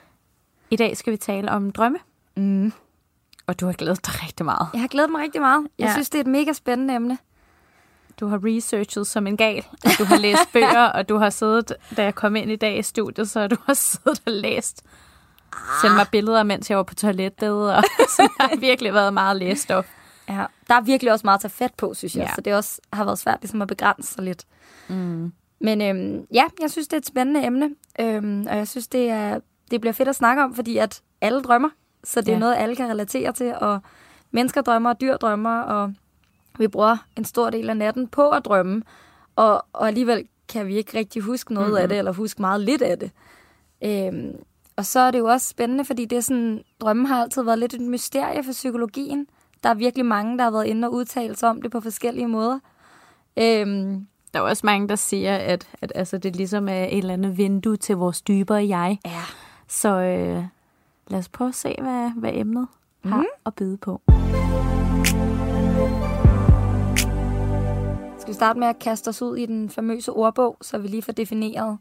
I dag skal vi tale om drømme. Mm. Og du har glædet dig rigtig meget. Jeg har glædet mig rigtig meget. Jeg Ja. ja. synes, det er et mega spændende emne. Du har researchet som en gal. og Du har læst bøger, og du har siddet, da jeg kom ind i dag i studiet, så du har siddet og læst. Send mig billeder, mens jeg var på toilettet. Og så der har virkelig været meget læsestof. Ja. Der er virkelig også meget at tage fat på, synes jeg. Ja. Ja. Så det også har været svært ligesom at begrænse sig lidt. Mm. Men øhm, ja, jeg synes, det er et spændende emne. Øhm, og jeg synes, det, er, det bliver fedt at snakke om, fordi at alle drømmer. Så det ja. Ja. er noget, alle kan relatere til. Og mennesker drømmer, og dyr drømmer. Og vi bruger en stor del af natten på at drømme. Og, og alligevel kan vi ikke rigtig huske noget mm-hmm. af det, eller huske meget lidt af det. Øhm, og så er det jo også spændende, fordi det er sådan, drømmen har altid været lidt et mysterie for psykologien. Der er virkelig mange, der har været inde og udtalt sig om det på forskellige måder. Øhm, Der er også mange, der siger, at, at altså, det ligesom er et eller andet vindue til vores dybere jeg. ja. Så øh, lad os prøve at se, hvad, hvad emnet Mm. har at byde på. Skal vi starte med at kaste os ud i den famøse ordbog, så vi lige får defineret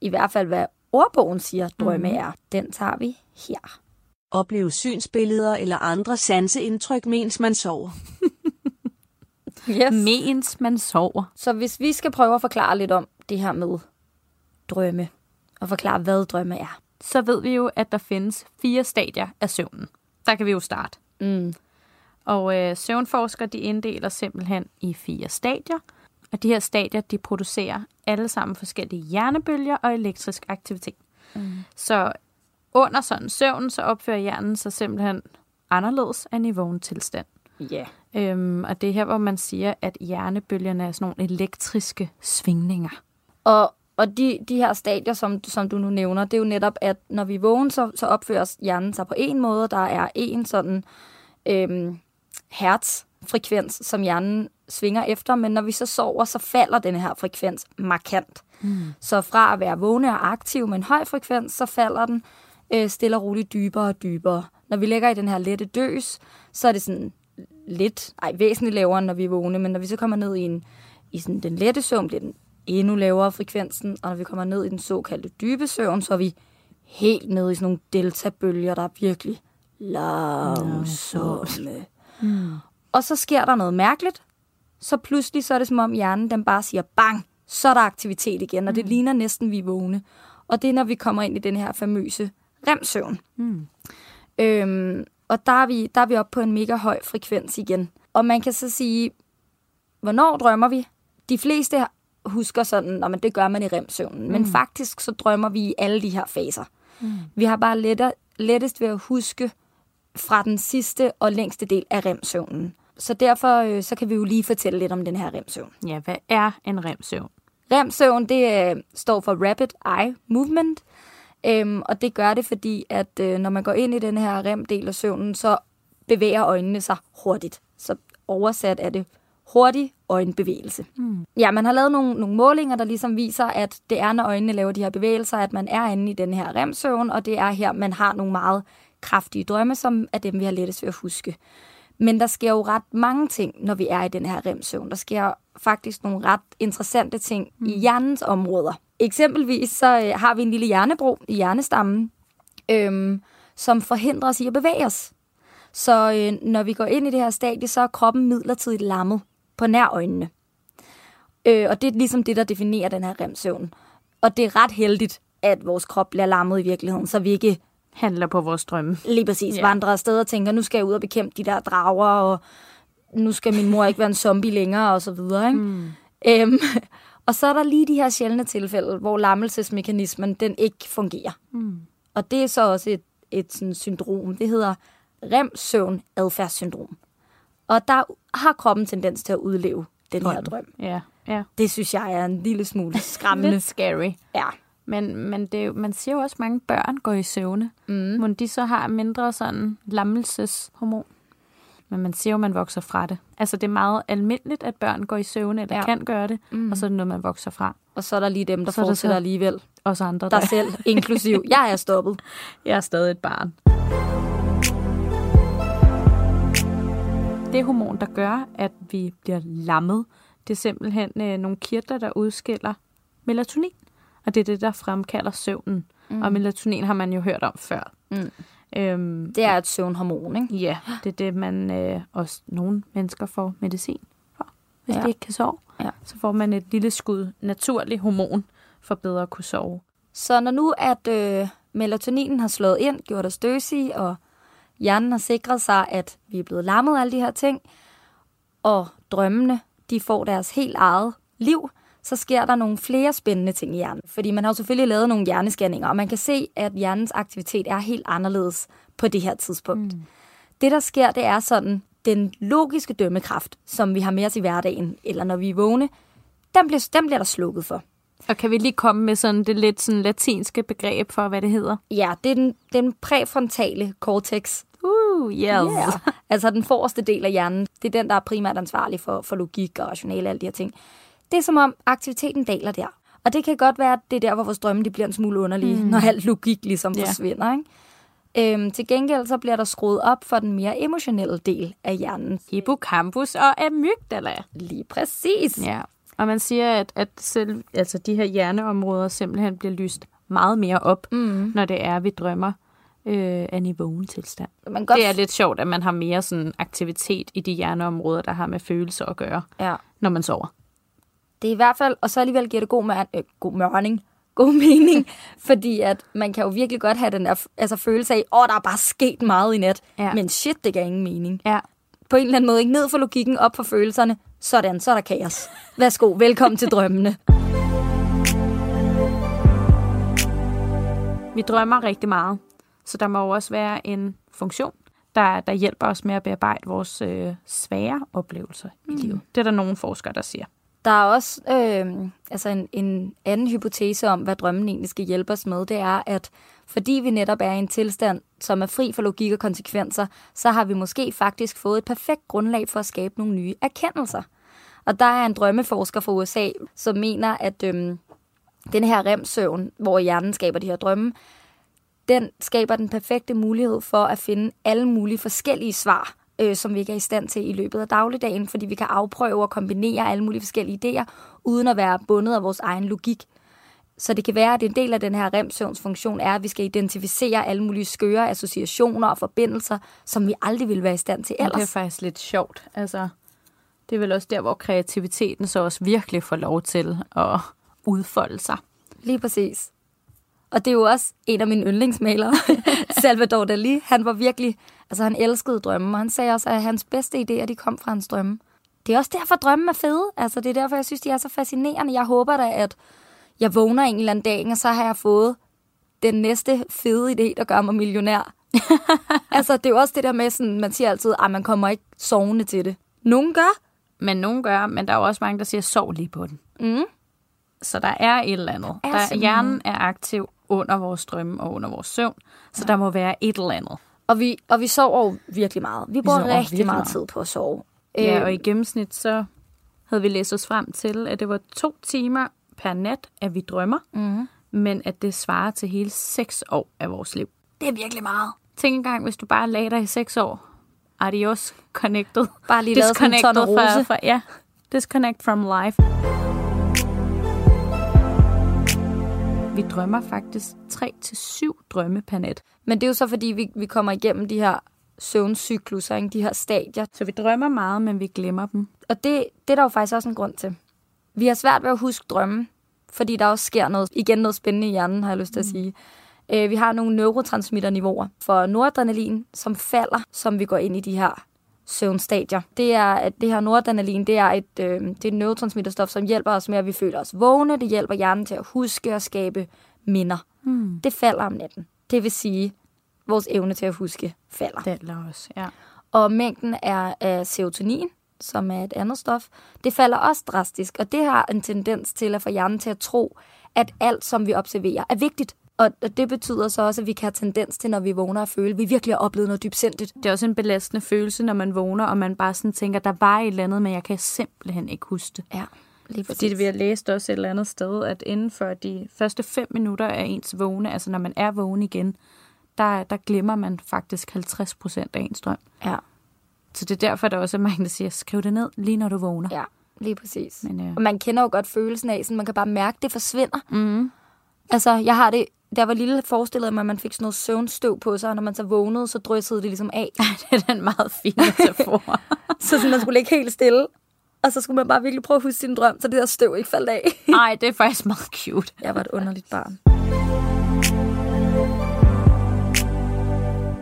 i hvert fald, hvad ordbogen siger, drømme er. Den tager vi her. Opleve synsbilleder eller andre sanseindtryk, mens man sover. Yes. Mens man sover. Så hvis vi skal prøve at forklare lidt om det her med drømme, og forklare, hvad drømme er. så ved vi jo, at der findes fire stadier af søvnen. Der kan vi jo starte. Mm. Og øh, søvnforskere de inddeler simpelthen i fire stadier. Og de her stadier de producerer alle sammen forskellige hjernebølger og elektrisk aktivitet. Mm. Så under sådan søvn, så opfører hjernen sig simpelthen anderledes end i vågen tilstand. Ja. Øhm, og det er her, hvor man siger, at hjernebølgerne er sådan nogle elektriske svingninger. Og, og de, de her stadier, som, som du nu nævner, det er jo netop, at når vi er vågen, så, så opfører hjernen sig på en måde. Der er en sådan øhm, hertzfrekvens, som hjernen svinger efter, men når vi så sover, så falder den her frekvens markant. Mm. Så fra at være vågne og aktiv med en høj frekvens, så falder den øh, stille og roligt dybere og dybere. Når vi ligger i den her lette døs, så er det sådan lidt, ej, væsentligt lavere, end når vi er vågne, men når vi så kommer ned i, en, i sådan den lette søvn, bliver den endnu lavere frekvensen, og når vi kommer ned i den såkaldte dybe søvn, så er vi helt nede i sådan nogle deltabølger, der er virkelig langsomme. Mm. Og så sker der noget mærkeligt, så pludselig så er det som om hjernen den bare siger bang, så er der aktivitet igen, og det ligner næsten, vi er vågne. Og Og det er, når vi kommer ind i den her famøse remsøvn. Mm. Øhm, og der er, vi, der er vi oppe på en mega høj frekvens igen. Og man kan så sige, hvornår drømmer vi? De fleste husker sådan, at det gør man i remsøvnen. Mm. Men faktisk så drømmer vi i alle de her faser. Mm. Vi har bare letter, lettest ved at huske fra den sidste og længste del af remsøvnen. Så derfor øh, så kan vi jo lige fortælle lidt om den her remsøvn. Ja, hvad er en remsøvn? REM-søvn, det øh, står for Rapid Eye Movement, øhm, og det gør det, fordi at øh, når man går ind i den her REM-del af søvnen, så bevæger øjnene sig hurtigt. Så oversat er det hurtig øjenbevægelse. Mm. Ja, man har lavet nogle, nogle målinger, der ligesom viser, at det er, når øjnene laver de her bevægelser, at man er inde i den her REM-søvn, og det er her, man har nogle meget kraftige drømme, som er dem, vi har lettest ved at huske. Men der sker jo ret mange ting, når vi er i den her REM-søvn. Der sker faktisk nogle ret interessante ting mm. i hjernens områder. Eksempelvis så øh, har vi en lille hjernebro i hjernestammen, øhm, som forhindrer os i at bevæge os. Så øh, når vi går ind i det her stadie, så er kroppen midlertidigt lammet på nærøjnene. Øh, og det er ligesom det, der definerer den her REM-søvn. Og det er ret heldigt, at vores krop bliver lammet i virkeligheden, så vi ikke Handler på vores drømme. lige præcis Ja. yeah. vandrer afsted og tænker, nu skal jeg ud og bekæmpe de der drager, og nu skal min mor ikke være en zombie længere, og så videre. Ikke? Mm. Øhm, og så er der lige de her sjældne tilfælde, hvor lammelsesmekanismen den ikke fungerer. Mm. Og det er så også et, et sådan syndrom. Det hedder rem adfærdssyndrom. Og der har kroppen tendens til at udleve den her drøm. Ja, ja. Det synes jeg er en lille smule skræmmende. Lidt scary. ja. Men, men det, er jo- man siger jo også, at mange børn går i søvne. Mm. Men de så har mindre sådan lammelseshormon. Men man siger jo, at man vokser fra det. Altså, det er meget almindeligt, at børn går i søvne, eller ja. Ja. kan gøre det. Mm. Og så er det noget, man vokser fra. Og så er der lige dem, der Så er der fortsætter så- alligevel. Os andre, der, Dig selv, inklusiv. Jeg er stoppet. jeg er stadig et barn. Det hormon, der gør, at vi bliver lammet, det er simpelthen øh, nogle kirtler, der udskiller melatonin. Og det er det, der fremkalder søvnen. Mm. Og melatonin har man jo hørt om før. Mm. Øhm, Det er et søvnhormon, ikke? Ja, det er det, man øh, også nogle mennesker får medicin for. Hvis ja. Ja. de ikke kan sove, Ja. så får man et lille skud naturlig hormon for bedre at kunne sove. Så når nu, at øh, melatoninen har slået ind, gjort os døsige, og hjernen har sikret sig, at vi er blevet lammet af alle de her ting, og drømmene, de får deres helt eget liv, så sker der nogle flere spændende ting i hjernen. Fordi man har jo selvfølgelig lavet nogle hjernescanninger, og man kan se, at hjernens aktivitet er helt anderledes på det her tidspunkt. Mm. Det, der sker, det er sådan, den logiske dømmekraft, som vi har med os i hverdagen, eller når vi er vågne, den bliver, den bliver der slukket for. Og kan vi lige komme med sådan det lidt sådan latinske begreb for, hvad det hedder? Ja, det er den, den præfrontale cortex. Uh, yes. Ja. Altså den forreste del af hjernen. Det er den, der er primært ansvarlig for, for logik og rationale og alle de her ting. Det er som om aktiviteten daler der. Og det kan godt være, at det er der, hvor vores drømme de bliver en smule underlige, mm. når alt logik ligesom Ja. yeah. forsvinder. Ikke? Øhm, til gengæld så bliver der skruet op for den mere emotionelle del af hjernen. Hippocampus og amygdala. Lige præcis. Ja. Og man siger, at, at selv, altså de her hjerneområder simpelthen bliver lyst meget mere op, mm. når det er, vi drømmer øh, af niveauen tilstand. Man kan godt Det er lidt sjovt, at man har mere sådan aktivitet i de hjerneområder, der har med følelser at gøre, Ja. når man sover. Det er i hvert fald, og så alligevel giver det god, mær- øh, god morning, god mening, fordi at man kan jo virkelig godt have den der f- altså, følelse af, åh, oh, der er bare sket meget i nat, Ja. ja. men shit, det gav ingen mening. Ja. På en eller anden måde, ikke ned for logikken, op for følelserne, sådan, så er der kaos. Værsgo, velkommen til drømmene. Vi drømmer rigtig meget, så der må jo også være en funktion, der, der hjælper os med at bearbejde vores øh, svære oplevelser mm. i livet. Det er der nogle forskere, der siger. Der er også øh, altså en, en anden hypotese om, hvad drømmen egentlig skal hjælpe os med. Det er, at fordi vi netop er i en tilstand, som er fri for logik og konsekvenser, så har vi måske faktisk fået et perfekt grundlag for at skabe nogle nye erkendelser. Og der er en drømmeforsker fra USA, som mener, at øh, den her remsøvn, hvor hjernen skaber de her drømme, den skaber den perfekte mulighed for at finde alle mulige forskellige svar, øh, som vi ikke er i stand til i løbet af dagligdagen, fordi vi kan afprøve og kombinere alle mulige forskellige idéer, uden at være bundet af vores egen logik. Så det kan være, at en del af den her remsøvns funktion er, at vi skal identificere alle mulige skøre associationer og forbindelser, som vi aldrig ville være i stand til Og Det er ellers. faktisk lidt sjovt. Altså, det er vel også der, hvor kreativiteten så også virkelig får lov til at udfolde sig. Lige præcis. Og det er jo også en af mine yndlingsmalere, Salvador Dali. Han var virkelig, altså han elskede drømme, og han sagde også, at hans bedste idéer, de kom fra hans drømme. Det er også derfor, drømme er fede. Altså det er derfor, jeg synes, de er så fascinerende. Jeg håber da, at jeg vågner en eller anden dag, og så har jeg fået den næste fede idé, der gør mig millionær. altså, det er jo også det der med, sådan, man siger altid, at man kommer ikke sovende til det. Nogen gør. Men nogen gør, men der er jo også mange, der siger, sov lige på den. Mm. Så der er et eller andet. er Der, simpelthen- hjernen er aktiv under vores drømme og under vores søvn, så der må være et eller andet. Og vi, og vi sover jo virkelig meget. Vi bruger sover rigtig virkelig meget, meget meget. tid på at sove. Ja, Øh, og i gennemsnit så havde vi læst os frem til, at det var to timer per nat, at vi drømmer, Mhm. men at det svarer til hele seks år af vores liv. Det er virkelig meget. Tænk engang, hvis du bare lagde dig i seks år. Adios, connected. Bare lige lavet sådan en Disconnected fra, Tornerose. fra, ja, disconnect from life. Vi drømmer faktisk 3-7 drømme per nat. Men det er jo så, fordi vi, vi kommer igennem de her søvncykluser, ikke? de her stadier. Så vi drømmer meget, men vi glemmer dem. Og det, det er der jo faktisk også en grund til. Vi har svært ved at huske drømme, fordi der også sker noget, igen noget spændende i hjernen, har jeg lyst til Mm. at sige. Øh, vi har nogle neurotransmitterniveauer for noradrenalin, som falder, som vi går ind i de her søvnstadier. Det er, at det her noradrenalin, det er et, øh, det er et neurotransmitterstof, som hjælper os med, at vi føler os vågne. Det hjælper hjernen til at huske og skabe minder. Mm. Det falder om natten. Det vil sige, vores evne til at huske falder. Det er også, ja. Og mængden er af serotonin, som er et andet stof. Det falder også drastisk, og det har en tendens til at få hjernen til at tro, at alt, som vi observerer, er vigtigt. Og og det betyder så også, at vi kan have tendens til, når vi vågner at føle, at vi virkelig har oplevet noget dybsindigt. Det er også en belastende følelse, når man vågner, og man bare sådan tænker, der var et eller andet, men jeg kan simpelthen ikke huske det. Ja, lige Fordi det, vi har læst også et eller andet sted, at inden for de første fem minutter af ens vågne, altså når man er vågen igen, der, der glemmer man faktisk 50 procent af ens drøm. Ja, Så det er derfor, der også er mange, der siger, skriv det ned, lige når du vågner. ja, lige præcis. Men, øh, Og man kender jo godt følelsen af, sådan, man kan bare mærke, at det forsvinder. Mm. Altså, jeg har det, da jeg var lille, forestillede jeg mig, at man fik sådan noget søvnstøv på sig, og når man så vågnede, så dryssede det ligesom af. det er en meget fin metafor. Så sådan, man skulle ligge helt stille. Og så skulle man bare virkelig prøve at huske sin drøm, så det der støv ikke faldt af. Nej, det er faktisk meget cute. Jeg var et underligt barn.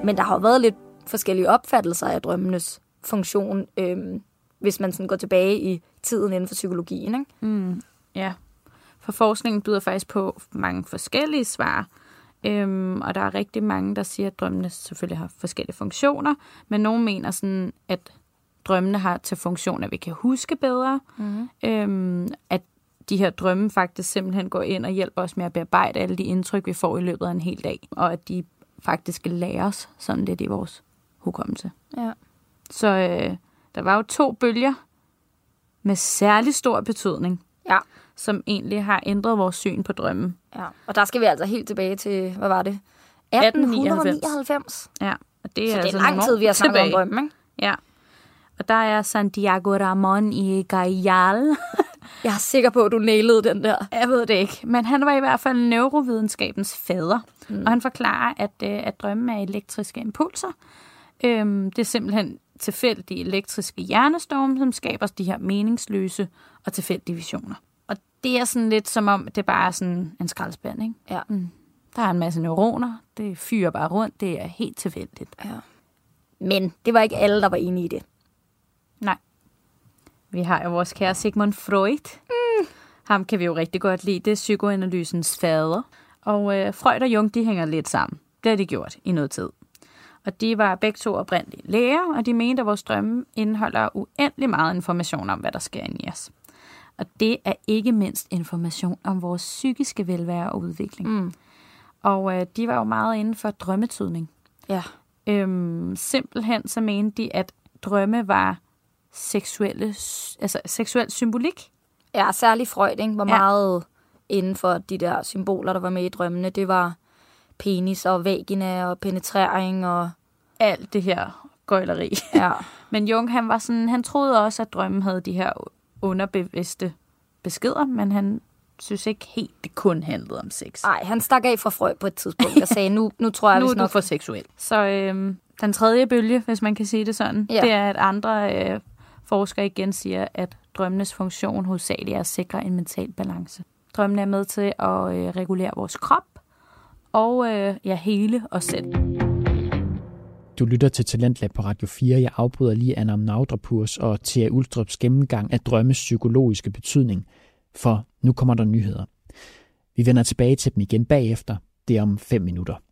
Men der har jo været lidt forskellige opfattelser af drømmenes funktion, øhm, hvis man sådan går tilbage i tiden inden for psykologien. Ikke? Mm, Ja, for forskningen byder faktisk på mange forskellige svar. Øhm, og der er rigtig mange, der siger, at drømmene selvfølgelig har forskellige funktioner, men nogen mener sådan, at drømmene har til funktion, at vi kan huske bedre, Mhm. mm. øhm, at de her drømme faktisk simpelthen går ind og hjælper os med at bearbejde alle de indtryk, vi får i løbet af en hel dag, og at de faktisk lærer os sådan lidt i vores hukommelse. Ja. Så øh, der var jo to bølger med særlig stor betydning ja. som egentlig har ændret vores syn på drømmen. Ja. Og der skal vi altså helt tilbage til, hvad var det? 1899. 1899. Så Ja, og det er, det er, altså lang nogle tid, år vi har snakket om tilbage. drømme. Ikke? Ja. Og der er Santiago Ramon i Gajal. Jeg er sikker på, at du nailede den der. Jeg ved det ikke, men han var i hvert fald neurovidenskabens fader. Mm. Og han forklarer, at, øh, at drømme er elektriske impulser. Øhm, det er simpelthen tilfældige elektriske hjernestorme, som skaber de her meningsløse og tilfældige visioner. Og det er sådan lidt som om, det er bare er sådan en skraldespand, ikke? Ja. Mm. Der er en masse neuroner, det fyrer bare rundt, det er helt tilfældigt. Men det var ikke alle, der var enige i det. Nej. Vi har jo vores kære Sigmund Freud. Mm. Ham kan vi jo rigtig godt lide. Det er psykoanalysens fader. Og øh, Freud og Jung, de hænger lidt sammen. Det har de gjort i noget tid. Og de var begge to oprindelige læger, og de mente, at vores drømme indeholder uendelig meget information om, hvad der sker inde i os. Og det er ikke mindst information om vores psykiske velvære og udvikling. Mm. Og øh, de var jo meget inden for drømmetydning. Ja. Øhm, simpelthen så mente de, at drømme var seksuelle, s- altså seksuel symbolik. Ja, særlig Freud, ikke? Hvor Ja. ja. meget inden for de der symboler, der var med i drømmene, det var penis og vagina og penetrering og... Alt det her gøjleri. Ja, Men Jung, han var sådan, han troede også, at drømmen havde de her underbevidste beskeder, men han synes ikke helt, det kun handlede om sex. Ej, han stak af fra Freud på et tidspunkt og sagde, nu, nu tror jeg, nu er vist du nok... for seksuel. Så øhm, den tredje bølge, hvis man kan sige det sådan, Ja. det er, at andre øh, forskere igen siger, at drømmenes funktion hovedsageligt er at sikre en mental balance. Drømmen er med til at øh, regulere vores krop og øh, ja, hele os selv. Du lytter til Talentlab på Radio 4. Jeg afbryder lige Anna Naudrapurs og Thea Uldrups gennemgang af drømmes psykologiske betydning, for nu kommer der nyheder. Vi vender tilbage til dem igen bagefter. Det er om 5 minutter.